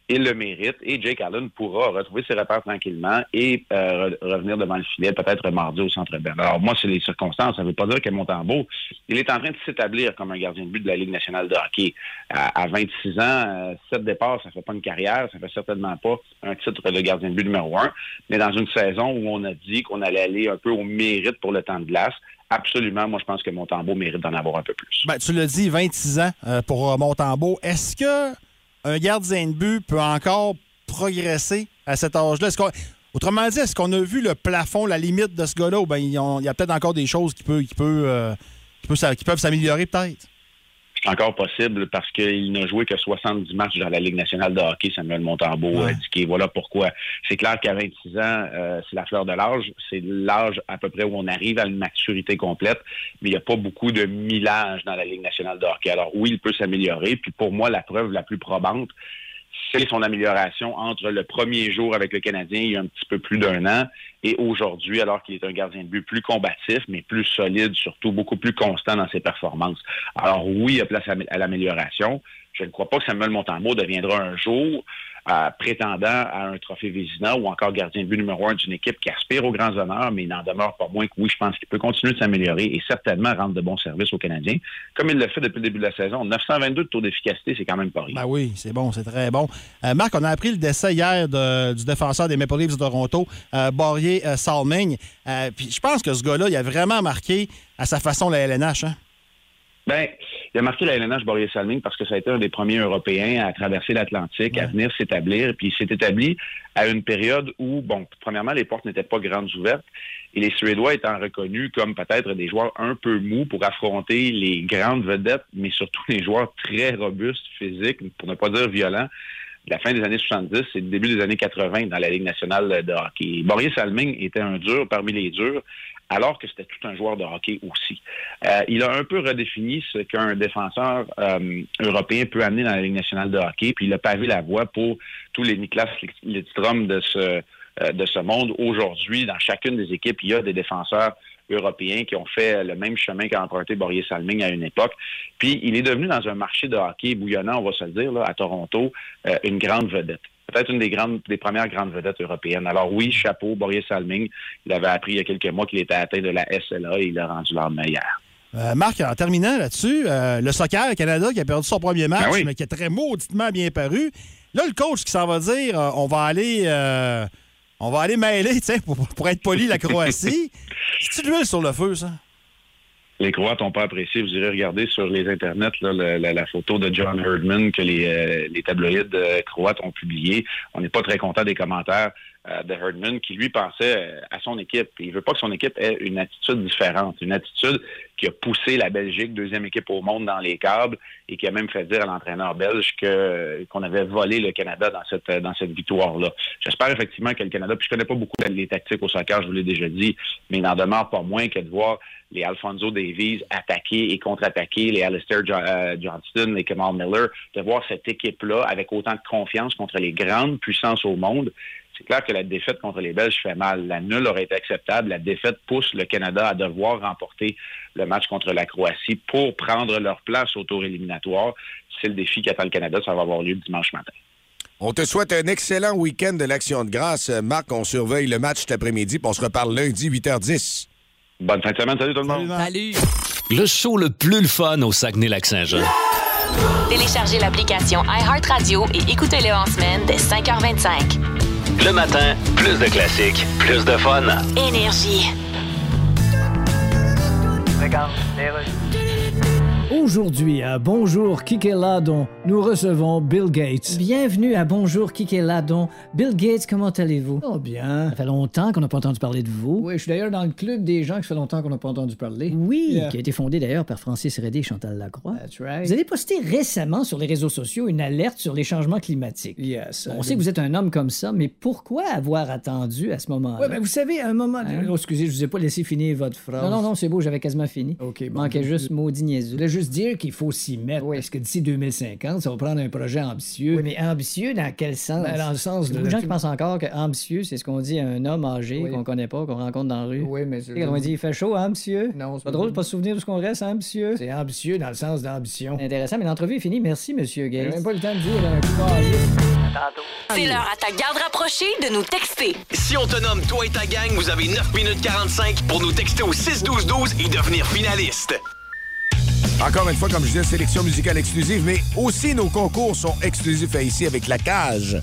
[SPEAKER 17] Il le mérite et Jake Allen pourra retrouver ses repères tranquillement et euh, re- revenir devant le filet peut-être mardi au Centre Bell. Alors moi, c'est les circonstances. Ça ne veut pas dire que Montembeau, il est en train de s'établir comme un gardien de but de la Ligue nationale de hockey. À, à 26 ans, euh, 7 départs, ça fait pas une carrière, ça fait certainement pas un titre de gardien de but numéro un. Mais dans une saison où on a dit qu'on allait aller un peu au mérite pour le temps de glace, absolument, moi je pense que Montembeau mérite d'en avoir un peu plus.
[SPEAKER 4] Ben, tu l'as dit, 26 ans euh, pour euh, Montembeau. Est-ce que un gardien de but peut encore progresser à cet âge-là? Est-ce qu'on- Autrement dit, est-ce qu'on a vu le plafond, la limite de ce gars-là? Ou ben, il y a- il y a peut-être encore des choses qui, peut, qui, peut, euh, qui, peut s'a- qui peuvent s'améliorer, peut-être?
[SPEAKER 17] C'est encore possible parce qu'il n'a joué que 70 matchs dans la Ligue nationale de hockey, Samuel Montembeau
[SPEAKER 4] Ouais.
[SPEAKER 17] a indiqué. Voilà pourquoi. C'est clair qu'à 26 ans, euh, c'est la fleur de l'âge. C'est l'âge à peu près où on arrive à une maturité complète, mais il n'y a pas beaucoup de millage dans la Ligue nationale de hockey. Alors oui, il peut s'améliorer. Puis pour moi, la preuve la plus probante, c'est son amélioration entre le premier jour avec le Canadien, il y a un petit peu plus d'un an, et aujourd'hui, alors qu'il est un gardien de but plus combatif, mais plus solide, surtout beaucoup plus constant dans ses performances. Alors oui, il y a place à, à l'amélioration. Je ne crois pas que Samuel Montembeau deviendra un jour euh, prétendant à un trophée Vézina ou encore gardien de but numéro un d'une équipe qui aspire aux grands honneurs, mais il n'en demeure pas moins que oui, je pense qu'il peut continuer de s'améliorer et certainement rendre de bons services aux Canadiens, comme il le fait depuis le début de la saison. 922 de taux d'efficacité, c'est quand même pas rien.
[SPEAKER 4] Ben oui, c'est bon, c'est très bon. Euh, Marc, on a appris le décès hier de- du défenseur des Maple Leafs de Toronto, euh, Barrier euh, Salming. Euh, Puis je pense que ce gars-là, il a vraiment marqué à sa façon la LNH. Hein?
[SPEAKER 17] Ben, il a marqué la LNH Boris Salming parce que ça a été un des premiers Européens à traverser l'Atlantique, à venir s'établir. Puis il s'est établi à une période où, bon, premièrement, les portes n'étaient pas grandes ouvertes et les Suédois étant reconnus comme peut-être des joueurs un peu mous pour affronter les grandes vedettes, mais surtout les joueurs très robustes, physiques, pour ne pas dire violents de la fin des années 70 et le début des années 80 dans la Ligue nationale de hockey. Boris Salming était un dur parmi les durs, alors que c'était tout un joueur de hockey aussi. Euh, il a un peu redéfini ce qu'un défenseur euh, européen peut amener dans la Ligue nationale de hockey, puis il a pavé la voie pour tous les Niklas Lidstrom de ce, euh, de ce monde. Aujourd'hui, dans chacune des équipes, il y a des défenseurs européens qui ont fait le même chemin qu'a emprunté Boris Salming à une époque. Puis il est devenu dans un marché de hockey bouillonnant, on va se le dire, là, à Toronto, euh, une grande vedette. Peut-être une des grandes, des premières grandes vedettes européennes. Alors oui, chapeau, Boris Salming. Il avait appris il y a quelques mois qu'il était atteint de la SLA et il l'a rendu l'arme hier.
[SPEAKER 4] Euh, Marc, en terminant là-dessus, euh, le soccer Canada qui a perdu son premier match,
[SPEAKER 17] Ben oui.
[SPEAKER 4] mais qui est très mauditement bien paru. Là, le coach qui s'en va dire euh, on va aller euh, on va aller mêler, tiens, pour, pour être poli, la Croatie. C'est-tu de l'huile sur le feu, ça?
[SPEAKER 17] Les Croates n'ont pas apprécié. Vous irez regarder sur les internets là, le- la, la photo de John Herdman que les, euh, les tabloïds euh, croates ont publié. On n'est pas très content des commentaires euh, de Herdman qui lui pensait euh, à son équipe. Il veut pas que son équipe ait une attitude différente, une attitude qui a poussé la Belgique, deuxième équipe au monde dans les câbles, et qui a même fait dire à l'entraîneur belge que qu'on avait volé le Canada dans cette euh, dans cette victoire-là. J'espère effectivement que le Canada, puis je connais pas beaucoup les tactiques au soccer, je vous l'ai déjà dit, mais il n'en demeure pas moins que de voir les Alfonso Davies attaquer et contre-attaquer, les Alistair Jo- euh, Johnston, les Kamal Miller, de voir cette équipe-là avec autant de confiance contre les grandes puissances au monde. C'est clair que la défaite contre les Belges fait mal. La nulle aurait été acceptable. La défaite pousse le Canada à devoir remporter le match contre la Croatie pour prendre leur place au tour éliminatoire. C'est le défi qu'attend le Canada. Ça va avoir lieu dimanche matin.
[SPEAKER 3] On te souhaite un excellent week-end de l'Action de grâce. Euh, Marc, on surveille le match cet après-midi, puis on se reparle lundi, 8h10.
[SPEAKER 17] Bonne fin de semaine. Salut tout le monde.
[SPEAKER 5] Salut.
[SPEAKER 2] Le show le plus le fun au Saguenay-Lac-Saint-Jean.
[SPEAKER 1] Téléchargez l'application iHeartRadio et écoutez-le en semaine dès 5h25.
[SPEAKER 2] Le matin, plus de classiques, plus de fun.
[SPEAKER 1] Énergie.
[SPEAKER 13] Regarde,
[SPEAKER 9] Aujourd'hui à Bonjour Kikeladon, nous recevons Bill Gates.
[SPEAKER 10] Bienvenue à Bonjour Kikeladon. Bill Gates, comment allez-vous?
[SPEAKER 9] Oh bien.
[SPEAKER 10] Ça fait longtemps qu'on n'a pas entendu parler de vous.
[SPEAKER 9] Oui, je suis d'ailleurs dans le club des gens que ça fait longtemps qu'on n'a pas entendu parler.
[SPEAKER 10] Oui,
[SPEAKER 9] Yeah.
[SPEAKER 10] qui a été fondé d'ailleurs par Francis Redé et Chantal Lacroix.
[SPEAKER 9] That's right.
[SPEAKER 10] Vous avez posté récemment sur les réseaux sociaux une alerte sur les changements climatiques.
[SPEAKER 9] Yes.
[SPEAKER 10] On sait que vous êtes un homme comme ça, mais pourquoi avoir attendu à ce moment-là?
[SPEAKER 9] Ouais, ben, vous savez, à un moment.
[SPEAKER 10] Hein?
[SPEAKER 9] Oh, excusez, je vous ai pas laissé finir votre phrase.
[SPEAKER 10] Non, non, non, c'est beau, j'avais quasiment fini. OK, Manquait juste maudit niaiseux.
[SPEAKER 9] Je voulais juste dire qu'il faut s'y mettre, parce que d'ici 2050, ça va prendre un projet ambitieux.
[SPEAKER 10] Oui, mais ambitieux dans quel sens?
[SPEAKER 9] Ben, dans le sens
[SPEAKER 10] Il y a
[SPEAKER 9] de-
[SPEAKER 10] beaucoup de gens qui pensent encore que ambitieux, c'est ce qu'on dit à un homme âgé
[SPEAKER 9] Oui.
[SPEAKER 10] qu'on connaît pas, qu'on rencontre dans la rue.
[SPEAKER 9] Oui, mais
[SPEAKER 10] Tu sais, Quand on dit il fait chaud, hein, monsieur? Non, c'est pas drôle de pas se souvenir de ce qu'on reste, hein, monsieur?
[SPEAKER 9] C'est ambitieux dans le sens d'ambition.
[SPEAKER 10] C'est intéressant, mais l'entrevue est finie. Merci, monsieur Gates.
[SPEAKER 9] J'ai même pas
[SPEAKER 10] le temps de dire un coup
[SPEAKER 1] C'est l'heure à ta garde rapprochée de nous texter.
[SPEAKER 2] Si on te nomme toi et ta gang, vous avez 9 minutes 45 pour nous texter au 6-12-12 et devenir finaliste.
[SPEAKER 3] Encore une fois, comme je disais, sélection musicale exclusive, mais aussi nos concours sont exclusifs à ici avec la cage.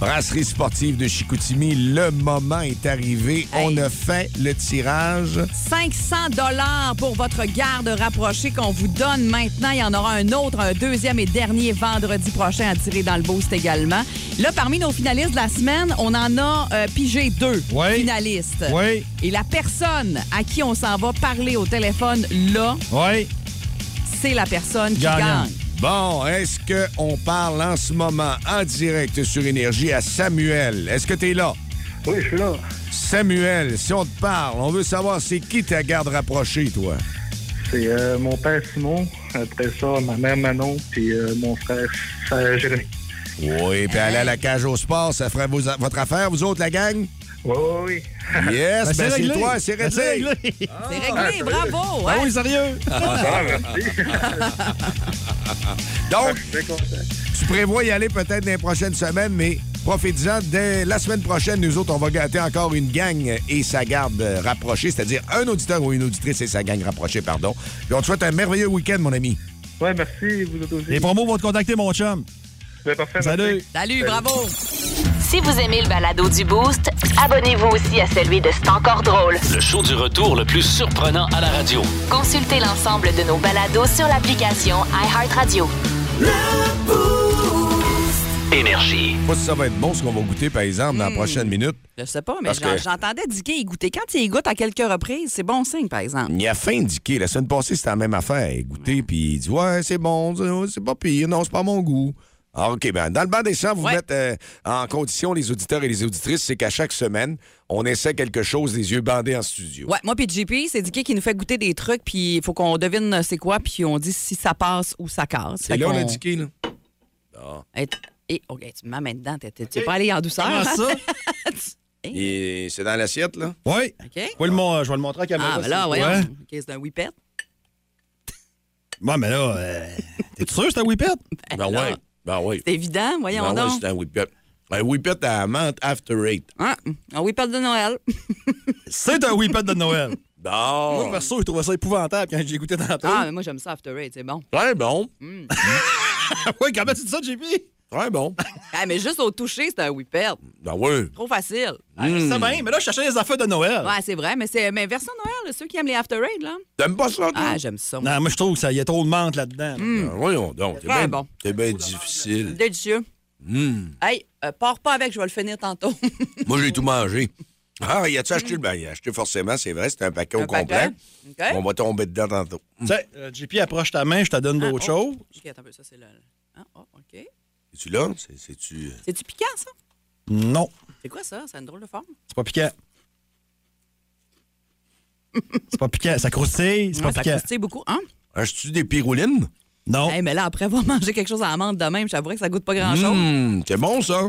[SPEAKER 3] Brasserie sportive de Chicoutimi, le moment est arrivé. On a fait le tirage.
[SPEAKER 5] 500 dollars pour votre garde rapprochée qu'on vous donne maintenant. Il y en aura un autre, un deuxième et dernier vendredi prochain à tirer dans le boost également. Là, parmi nos finalistes de la semaine, on en a euh, pigé deux finalistes.
[SPEAKER 4] Oui.
[SPEAKER 5] Et la personne à qui on s'en va parler au téléphone là,
[SPEAKER 4] Oui.
[SPEAKER 5] c'est la personne qui gagne.
[SPEAKER 3] Bon, est-ce qu'on parle en ce moment en direct sur Énergie à Samuel? Est-ce que t'es là?
[SPEAKER 12] Oui, je suis là.
[SPEAKER 3] Samuel, si on te parle, on veut savoir c'est qui ta garde rapprochée, toi?
[SPEAKER 12] C'est euh, mon père Simon, après ça, ma mère Manon, puis euh, mon frère, frère Jérémy.
[SPEAKER 3] Oui, puis aller à la cage au sport, ça ferait vos- votre affaire, vous autres, la gang?
[SPEAKER 12] Oui, oui,
[SPEAKER 3] oui. Yes,
[SPEAKER 12] Ben, c'est
[SPEAKER 3] ben, c'est
[SPEAKER 12] réglé.
[SPEAKER 3] toi, c'est
[SPEAKER 12] Ben,
[SPEAKER 3] réglé. Ah.
[SPEAKER 12] c'est
[SPEAKER 5] C'est réglé, bravo!
[SPEAKER 4] Ah
[SPEAKER 5] hein?
[SPEAKER 4] oui, sérieux?
[SPEAKER 3] Donc, tu prévois y aller peut-être dans les prochaines semaines, mais profite-en. Dès la semaine prochaine, nous autres, on va gâter encore une gang et sa garde euh, rapprochée, c'est-à-dire un auditeur ou une auditrice et sa gang rapprochée, pardon. Puis on te souhaite un merveilleux week-end, mon ami.
[SPEAKER 12] Ouais, merci, vous êtes aussi.
[SPEAKER 4] Les promos vont te contacter, mon chum. Salut.
[SPEAKER 5] Salut, bravo!
[SPEAKER 1] Si vous aimez le balado du Boost, abonnez-vous aussi à celui de C'est encore drôle.
[SPEAKER 2] Le show du retour le plus surprenant à la radio.
[SPEAKER 1] Consultez l'ensemble de nos balados sur l'application iHeartRadio.
[SPEAKER 2] Énergie.
[SPEAKER 3] Je sais pas si ça va être bon ce qu'on va goûter, par exemple,
[SPEAKER 5] Hmm.
[SPEAKER 3] dans la prochaine minute.
[SPEAKER 5] Je sais pas, mais
[SPEAKER 3] Parce
[SPEAKER 5] j'en-
[SPEAKER 3] que-
[SPEAKER 5] j'entendais Dicky y goûter. Quand il y goûte à quelques reprises, c'est bon signe, par exemple.
[SPEAKER 3] Il a fait indiquer. La semaine passée, c'était la même affaire. Il
[SPEAKER 5] Hmm.
[SPEAKER 3] goûtait, puis il dit Ouais, c'est bon, c'est- c'est pas pire, non, c'est pas mon goût. Ah, OK, ben, dans le banc des champs, vous mettez euh, en condition les auditeurs et les auditrices, c'est qu'à chaque semaine, on essaie quelque chose les yeux bandés en studio.
[SPEAKER 5] Ouais, moi puis JP, c'est Dicky qui nous fait goûter des trucs, puis il faut qu'on devine euh, c'est quoi, puis on dit si ça passe ou ça casse.
[SPEAKER 3] C'est
[SPEAKER 5] Fait
[SPEAKER 3] là,
[SPEAKER 5] qu'on-
[SPEAKER 3] on a indiqué, là.
[SPEAKER 5] Et, et- OK, tu me m'amènes dedans. t'es- t'es- Tu es pas allé en douceur.
[SPEAKER 4] Ah. Comment
[SPEAKER 5] hein?
[SPEAKER 4] ça?
[SPEAKER 3] Et c'est dans l'assiette, là?
[SPEAKER 4] Oui.
[SPEAKER 5] OK.
[SPEAKER 4] Je vais le, mon- je vais le montrer à la caméra.
[SPEAKER 5] Ah, ben là,
[SPEAKER 4] c'est-
[SPEAKER 5] voyons.
[SPEAKER 4] Ouais.
[SPEAKER 5] OK, c'est un whippet.
[SPEAKER 4] Ouais, mais là, euh, t'es sûr que c'est un whippet?
[SPEAKER 3] Ben,
[SPEAKER 5] là.
[SPEAKER 3] ouais. Ben oui.
[SPEAKER 5] C'est évident, voyons
[SPEAKER 3] Ben ouais,
[SPEAKER 5] donc.
[SPEAKER 3] c'est un whippet. Un whippet à la menthe after eight.
[SPEAKER 5] Hein? Un whippet de Noël.
[SPEAKER 4] C'est un whippet de Noël. Moi,
[SPEAKER 3] Non.
[SPEAKER 4] perso, je trouvais ça épouvantable quand j'ai goûté tantôt.
[SPEAKER 5] Ah, mais moi, j'aime ça After Eight, c'est bon. Hum,
[SPEAKER 3] Très bon.
[SPEAKER 4] oui, comment tu dis ça, JP?
[SPEAKER 3] Très bon.
[SPEAKER 5] Ah, mais juste au toucher, c'est un whippet.
[SPEAKER 3] Ben oui.
[SPEAKER 5] Trop facile.
[SPEAKER 4] Ah, je sais bien, mais là, je cherchais les affaires de Noël.
[SPEAKER 5] Ouais, c'est vrai, mais c'est mais version Noël, là, ceux qui aiment les After Eight, là.
[SPEAKER 3] T'aimes pas ça, toi?
[SPEAKER 5] Ah, j'aime ça. moi.
[SPEAKER 4] Non, moi, je trouve qu'il y a trop de menthe là-dedans.
[SPEAKER 3] Ben voyons donc. C'est
[SPEAKER 5] très
[SPEAKER 3] bien
[SPEAKER 5] bon.
[SPEAKER 3] C'est bien difficile.
[SPEAKER 5] Délicieux.
[SPEAKER 3] Hum.
[SPEAKER 5] Hey, euh, pars pas avec, je vais le finir tantôt.
[SPEAKER 3] Moi, j'ai tout mangé. Ah, y a-tu acheté? Ben, il a acheté forcément, c'est vrai, c'est un paquet au
[SPEAKER 5] Un
[SPEAKER 3] complet.
[SPEAKER 5] paquet? OK.
[SPEAKER 3] On va tomber dedans tantôt.
[SPEAKER 4] Tu sais, euh, JP, approche ta main, je te
[SPEAKER 5] Ah,
[SPEAKER 4] donne d'autres
[SPEAKER 5] oh.
[SPEAKER 4] choses.
[SPEAKER 5] OK, attends un peu, ça, c'est le. Ah, oh, OK.
[SPEAKER 3] Es-tu là? C'est- C'est-tu. euh,
[SPEAKER 5] C'est-tu piquant, ça?
[SPEAKER 4] Non,
[SPEAKER 5] C'est quoi ça? C'est une drôle de forme.
[SPEAKER 4] c'est pas piquant. c'est pas piquant. Ça croustille, c'est
[SPEAKER 5] Ouais,
[SPEAKER 4] pas
[SPEAKER 5] ça
[SPEAKER 4] piquant.
[SPEAKER 5] croustille beaucoup, hein?
[SPEAKER 3] Ah, tu des piroulines?
[SPEAKER 4] Non.
[SPEAKER 5] Hey, mais là, après avoir mangé quelque chose à amande de même, j'avouerais que ça goûte pas grand-chose.
[SPEAKER 3] Hum, c'est bon, ça.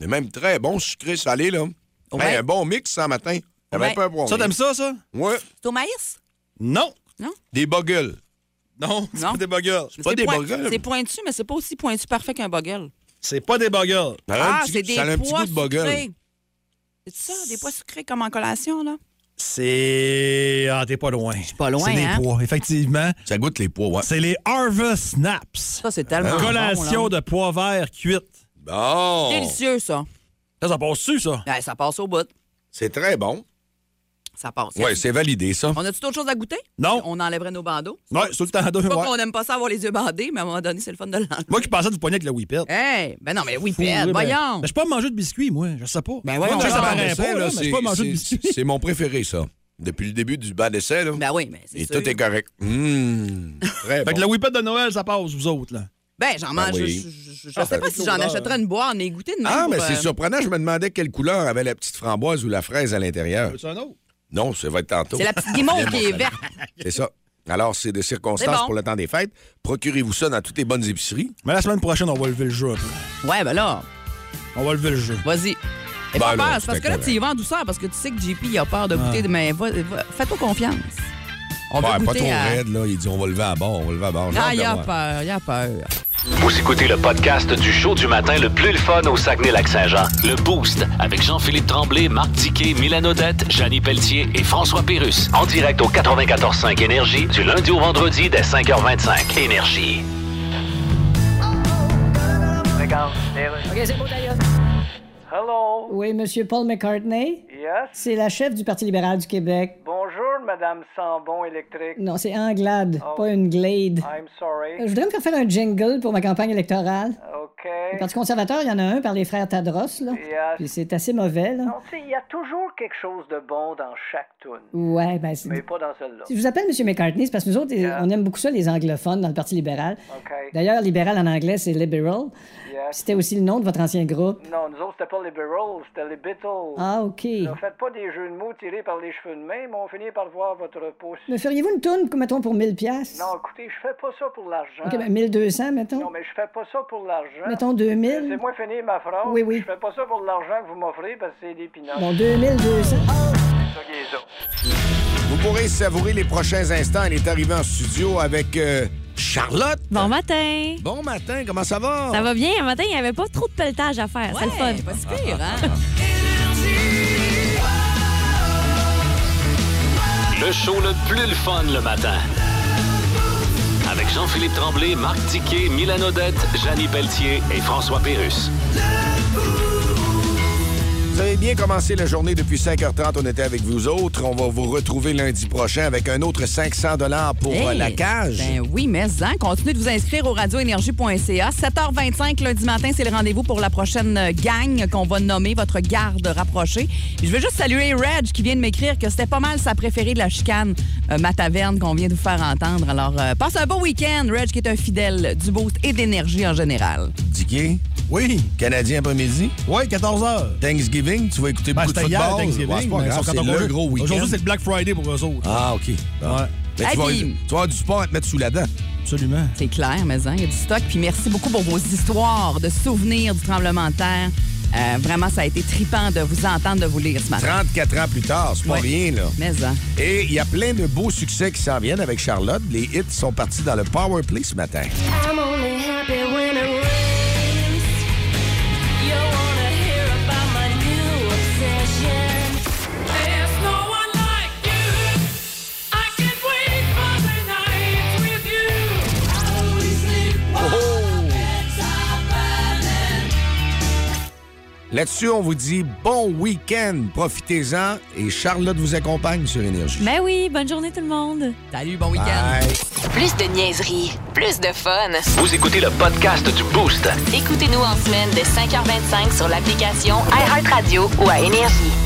[SPEAKER 3] C'est même très bon, sucré, salé, là.
[SPEAKER 5] Ouais.
[SPEAKER 3] Hey, un bon mix, ça, matin. J'avais
[SPEAKER 5] Ouais.
[SPEAKER 3] pas un
[SPEAKER 4] Ça, t'aimes ça, ça?
[SPEAKER 3] Ouais.
[SPEAKER 5] C'est au maïs?
[SPEAKER 4] Non.
[SPEAKER 5] Non?
[SPEAKER 3] Des buggles.
[SPEAKER 4] Non, c'est
[SPEAKER 5] Non.
[SPEAKER 4] pas des buggles.
[SPEAKER 3] pas des buggles.
[SPEAKER 5] C'est pointu, mais c'est pas aussi pointu parfait qu'un bugle.
[SPEAKER 4] C'est pas des buggles.
[SPEAKER 3] Ça a un
[SPEAKER 5] Ah,
[SPEAKER 3] petit-
[SPEAKER 5] c'est des
[SPEAKER 3] ça a un petit
[SPEAKER 5] pois
[SPEAKER 3] goût de bugle.
[SPEAKER 5] sucrés. C'est ça, des pois sucrés comme en collation, là?
[SPEAKER 4] C'est. Ah, t'es pas loin.
[SPEAKER 5] pas loin,
[SPEAKER 4] C'est des
[SPEAKER 5] hein?
[SPEAKER 4] pois, effectivement.
[SPEAKER 3] Ça goûte les pois, ouais.
[SPEAKER 4] C'est les Harvest Snaps.
[SPEAKER 5] Ça, c'est tellement bon,
[SPEAKER 4] Collation de
[SPEAKER 5] là.
[SPEAKER 4] pois verts cuites.
[SPEAKER 3] Bon.
[SPEAKER 5] Délicieux, ça. Ben,
[SPEAKER 4] Ça, ça passe dessus, ça.
[SPEAKER 5] Ouais, ça passe au bout.
[SPEAKER 3] C'est très bon.
[SPEAKER 5] ça passe.
[SPEAKER 3] Oui, c'est validé, ça.
[SPEAKER 5] On a-tu d'autres choses à goûter?
[SPEAKER 3] Non.
[SPEAKER 5] On enlèverait nos bandeaux.
[SPEAKER 4] Ouais, c'est tout le temps deux.
[SPEAKER 5] C'est pas
[SPEAKER 4] ouais.
[SPEAKER 5] qu'on n'aime pas ça avoir les yeux bandés, mais à un moment donné, c'est le fun de l'enlever.
[SPEAKER 4] Moi qui pensais de vous pogner avec le whippet.
[SPEAKER 5] Hey, ben non, mais oui,
[SPEAKER 4] Fourré,
[SPEAKER 5] Pierre,
[SPEAKER 4] ben-
[SPEAKER 5] voyons.
[SPEAKER 4] Ben, je peux pas manger de biscuits, moi. Je sais pas.
[SPEAKER 5] Ben
[SPEAKER 4] Moi,
[SPEAKER 5] voyons,
[SPEAKER 4] je sais, ça
[SPEAKER 5] on
[SPEAKER 4] paraît
[SPEAKER 5] commence
[SPEAKER 4] pas,
[SPEAKER 5] ça,
[SPEAKER 4] là,
[SPEAKER 5] là,
[SPEAKER 4] mais je peux pas manger de biscuits.
[SPEAKER 3] c'est- c'est mon préféré, ça. Depuis le début du bas d'essai, là.
[SPEAKER 5] Ben oui, mais c'est
[SPEAKER 3] Et
[SPEAKER 5] sûr.
[SPEAKER 3] tout est correct. Mmh, très
[SPEAKER 4] Fait
[SPEAKER 3] bon.
[SPEAKER 4] que le whippet de Noël, ça passe, vous autres, là.
[SPEAKER 5] Ben, j'en mange.
[SPEAKER 3] Ben oui.
[SPEAKER 5] Je, je- je- je
[SPEAKER 3] Ah,
[SPEAKER 5] sais pas
[SPEAKER 3] avec
[SPEAKER 5] si j'en
[SPEAKER 3] l'odeur.
[SPEAKER 5] achèterais une boire, on est goûté de même.
[SPEAKER 3] Ah, mais
[SPEAKER 4] ben,
[SPEAKER 5] pour,
[SPEAKER 3] c'est
[SPEAKER 5] euh,
[SPEAKER 3] surprenant. Je me demandais quelle couleur avait la petite framboise ou la fraise à l'intérieur.
[SPEAKER 4] C'est un autre.
[SPEAKER 3] Non, ça va être tantôt.
[SPEAKER 5] C'est la petite guimauve qui est verte.
[SPEAKER 3] C'est ça. Alors, c'est de circonstances
[SPEAKER 5] C'est bon.
[SPEAKER 3] pour le temps des fêtes. Procurez-vous ça dans toutes les bonnes épiceries.
[SPEAKER 4] Mais la semaine prochaine, on va lever le jeu.
[SPEAKER 5] Ouais, ben là.
[SPEAKER 4] On va lever le jeu.
[SPEAKER 5] Vas-y.
[SPEAKER 3] Ben
[SPEAKER 5] Et pas peur, c'est parce que là, tu y vas en douceur, parce que tu sais que JP, il a peur de goûter.
[SPEAKER 4] Ah.
[SPEAKER 5] Mais va- va- fais-toi confiance. On
[SPEAKER 3] Ouais,
[SPEAKER 5] va
[SPEAKER 3] pas
[SPEAKER 5] goûter
[SPEAKER 3] trop
[SPEAKER 5] à-
[SPEAKER 3] raide, là. Il dit on va lever à bord, on va lever à bord. J'ai hâte
[SPEAKER 5] Ah,
[SPEAKER 3] de
[SPEAKER 5] il a
[SPEAKER 3] voir.
[SPEAKER 5] peur, il a peur.
[SPEAKER 2] Vous écoutez le podcast du show du matin le plus le fun au Saguenay-Lac-Saint-Jean. Le Boost avec Jean-Philippe Tremblay, Marc Tiquet, Milan Odette, Janine Pelletier et François Pérus. En direct au 94.5 Énergie du lundi au vendredi dès 5h25. Énergie.
[SPEAKER 13] OK, c'est beau, d'ailleurs.
[SPEAKER 15] Hello.
[SPEAKER 13] Oui, Monsieur Paul McCartney.
[SPEAKER 15] Yes.
[SPEAKER 13] C'est la chef du Parti libéral du Québec.
[SPEAKER 15] Bonjour, Madame Sambon électrique.
[SPEAKER 13] Non, c'est Anglade,
[SPEAKER 15] Oh.
[SPEAKER 13] pas une glade.
[SPEAKER 15] I'm sorry.
[SPEAKER 13] Euh, Je voudrais me faire faire un jingle pour ma campagne électorale.
[SPEAKER 15] OK.
[SPEAKER 13] Le Parti conservateur, il y en a un par les frères Tadros, là.
[SPEAKER 15] Yes.
[SPEAKER 13] Puis c'est assez mauvais, là.
[SPEAKER 15] euh, Non, tu sais, il y a toujours quelque chose de bon dans chaque tune.
[SPEAKER 13] Ouais, ben c'est...
[SPEAKER 15] Mais pas dans celle-là.
[SPEAKER 13] Si je vous appelle M. McCartney, c'est parce que nous autres, on aime beaucoup ça, les anglophones, dans le Parti libéral.
[SPEAKER 15] OK.
[SPEAKER 13] D'ailleurs, libéral en anglais, c'est liberal.
[SPEAKER 15] Yes.
[SPEAKER 13] C'était aussi le nom de votre ancien groupe.
[SPEAKER 15] Non, nous autres, c'était pas les Liberals, c'était les Beatles.
[SPEAKER 13] Ah, OK.
[SPEAKER 15] Ne faites pas des jeux de mots tirés par les cheveux de main, mais on finit par voir votre pouce.
[SPEAKER 13] Me feriez-vous une tourne, mettons, pour 1000 pièces
[SPEAKER 15] Non, écoutez, je fais pas ça pour l'argent.
[SPEAKER 13] OK, ben 1200, mettons.
[SPEAKER 15] Non, mais je fais pas ça pour l'argent.
[SPEAKER 13] Mettons 2000.
[SPEAKER 15] Euh, C'est moi finir ma phrase.
[SPEAKER 13] Oui, oui.
[SPEAKER 15] Je fais pas ça pour l'argent que vous m'offrez parce que c'est des pinottes.
[SPEAKER 13] Bon, 2200.
[SPEAKER 3] Vous pourrez savourer les prochains instants. Elle est arrivée en studio avec euh, Charlotte.
[SPEAKER 18] Bon matin.
[SPEAKER 3] Bon matin, comment ça va?
[SPEAKER 18] Ça va bien. Un matin, il n'y avait pas trop de pelletage à faire. c'est le fun.
[SPEAKER 5] pas si hein?
[SPEAKER 3] pire,
[SPEAKER 2] Le show le plus le fun le matin. Avec Jean-Philippe Tremblay, Marc Tiquet, Milan Odette, Janine Pelletier et François Pérus.
[SPEAKER 3] Vous avez bien commencé la journée depuis 5h30. On était avec vous autres. On va vous retrouver lundi prochain avec un autre 500 pour euh,
[SPEAKER 5] Hey!
[SPEAKER 3] la cage.
[SPEAKER 5] Ben oui, mais en continuez de vous inscrire au radioénergie.ca. 7h25 lundi matin, c'est le rendez-vous pour la prochaine euh, gang qu'on va nommer votre garde rapprochée. Puis Je veux juste saluer Reg qui vient de m'écrire que c'était pas mal sa préférée de la chicane, euh, ma taverne qu'on vient de vous faire entendre. Alors euh, passe un bon week-end, Reg qui est un fidèle du boost et d'énergie en général.
[SPEAKER 3] Dicky? Oui. Canadien après-midi?
[SPEAKER 4] Oui, 14h.
[SPEAKER 3] Thanksgiving, tu vas écouter
[SPEAKER 4] Ben,
[SPEAKER 3] beaucoup de
[SPEAKER 4] c'était hier,
[SPEAKER 3] football.
[SPEAKER 4] Thanksgiving,
[SPEAKER 3] Ouais, c'est pas
[SPEAKER 4] mais ils
[SPEAKER 3] grave,
[SPEAKER 4] sont
[SPEAKER 3] c'est
[SPEAKER 4] encore
[SPEAKER 3] le gros week-end.
[SPEAKER 4] Aujourd'hui, c'est le Black Friday pour eux autres.
[SPEAKER 3] Ah, OK. Bon.
[SPEAKER 4] Ouais.
[SPEAKER 3] Mais tu, vas,
[SPEAKER 5] Happy.
[SPEAKER 3] tu vas avoir du sport à te mettre sous la dent.
[SPEAKER 4] Absolument.
[SPEAKER 5] C'est clair, mais hein, il y a du stock. Puis merci beaucoup pour vos histoires de souvenirs du tremblement de terre. Euh, vraiment, ça a été tripant de vous entendre, de vous lire ce matin.
[SPEAKER 3] 34 ans plus tard, c'est pas
[SPEAKER 5] Ouais.
[SPEAKER 3] rien, là.
[SPEAKER 5] Mais hein.
[SPEAKER 3] Et il y a plein de beaux succès qui s'en viennent avec Charlotte. Les hits sont partis dans le Power Play ce matin.
[SPEAKER 19] I'm only happy when it rains. You wanna hear about my new obsession. There's no one like you. I can't wait for the night with you. I always sleep
[SPEAKER 4] Oh,
[SPEAKER 19] while my bed's are burning.
[SPEAKER 3] Là-dessus, on vous dit bon week-end. Profitez-en et Charlotte vous accompagne sur Énergie.
[SPEAKER 18] Ben oui, bonne journée tout le monde.
[SPEAKER 5] Salut, bon
[SPEAKER 3] Bye.
[SPEAKER 1] Plus de niaiserie, plus de fun.
[SPEAKER 2] Vous écoutez le podcast du Boost.
[SPEAKER 1] Écoutez-nous en semaine de 5h25 sur l'application iHeartRadio ou à Énergie.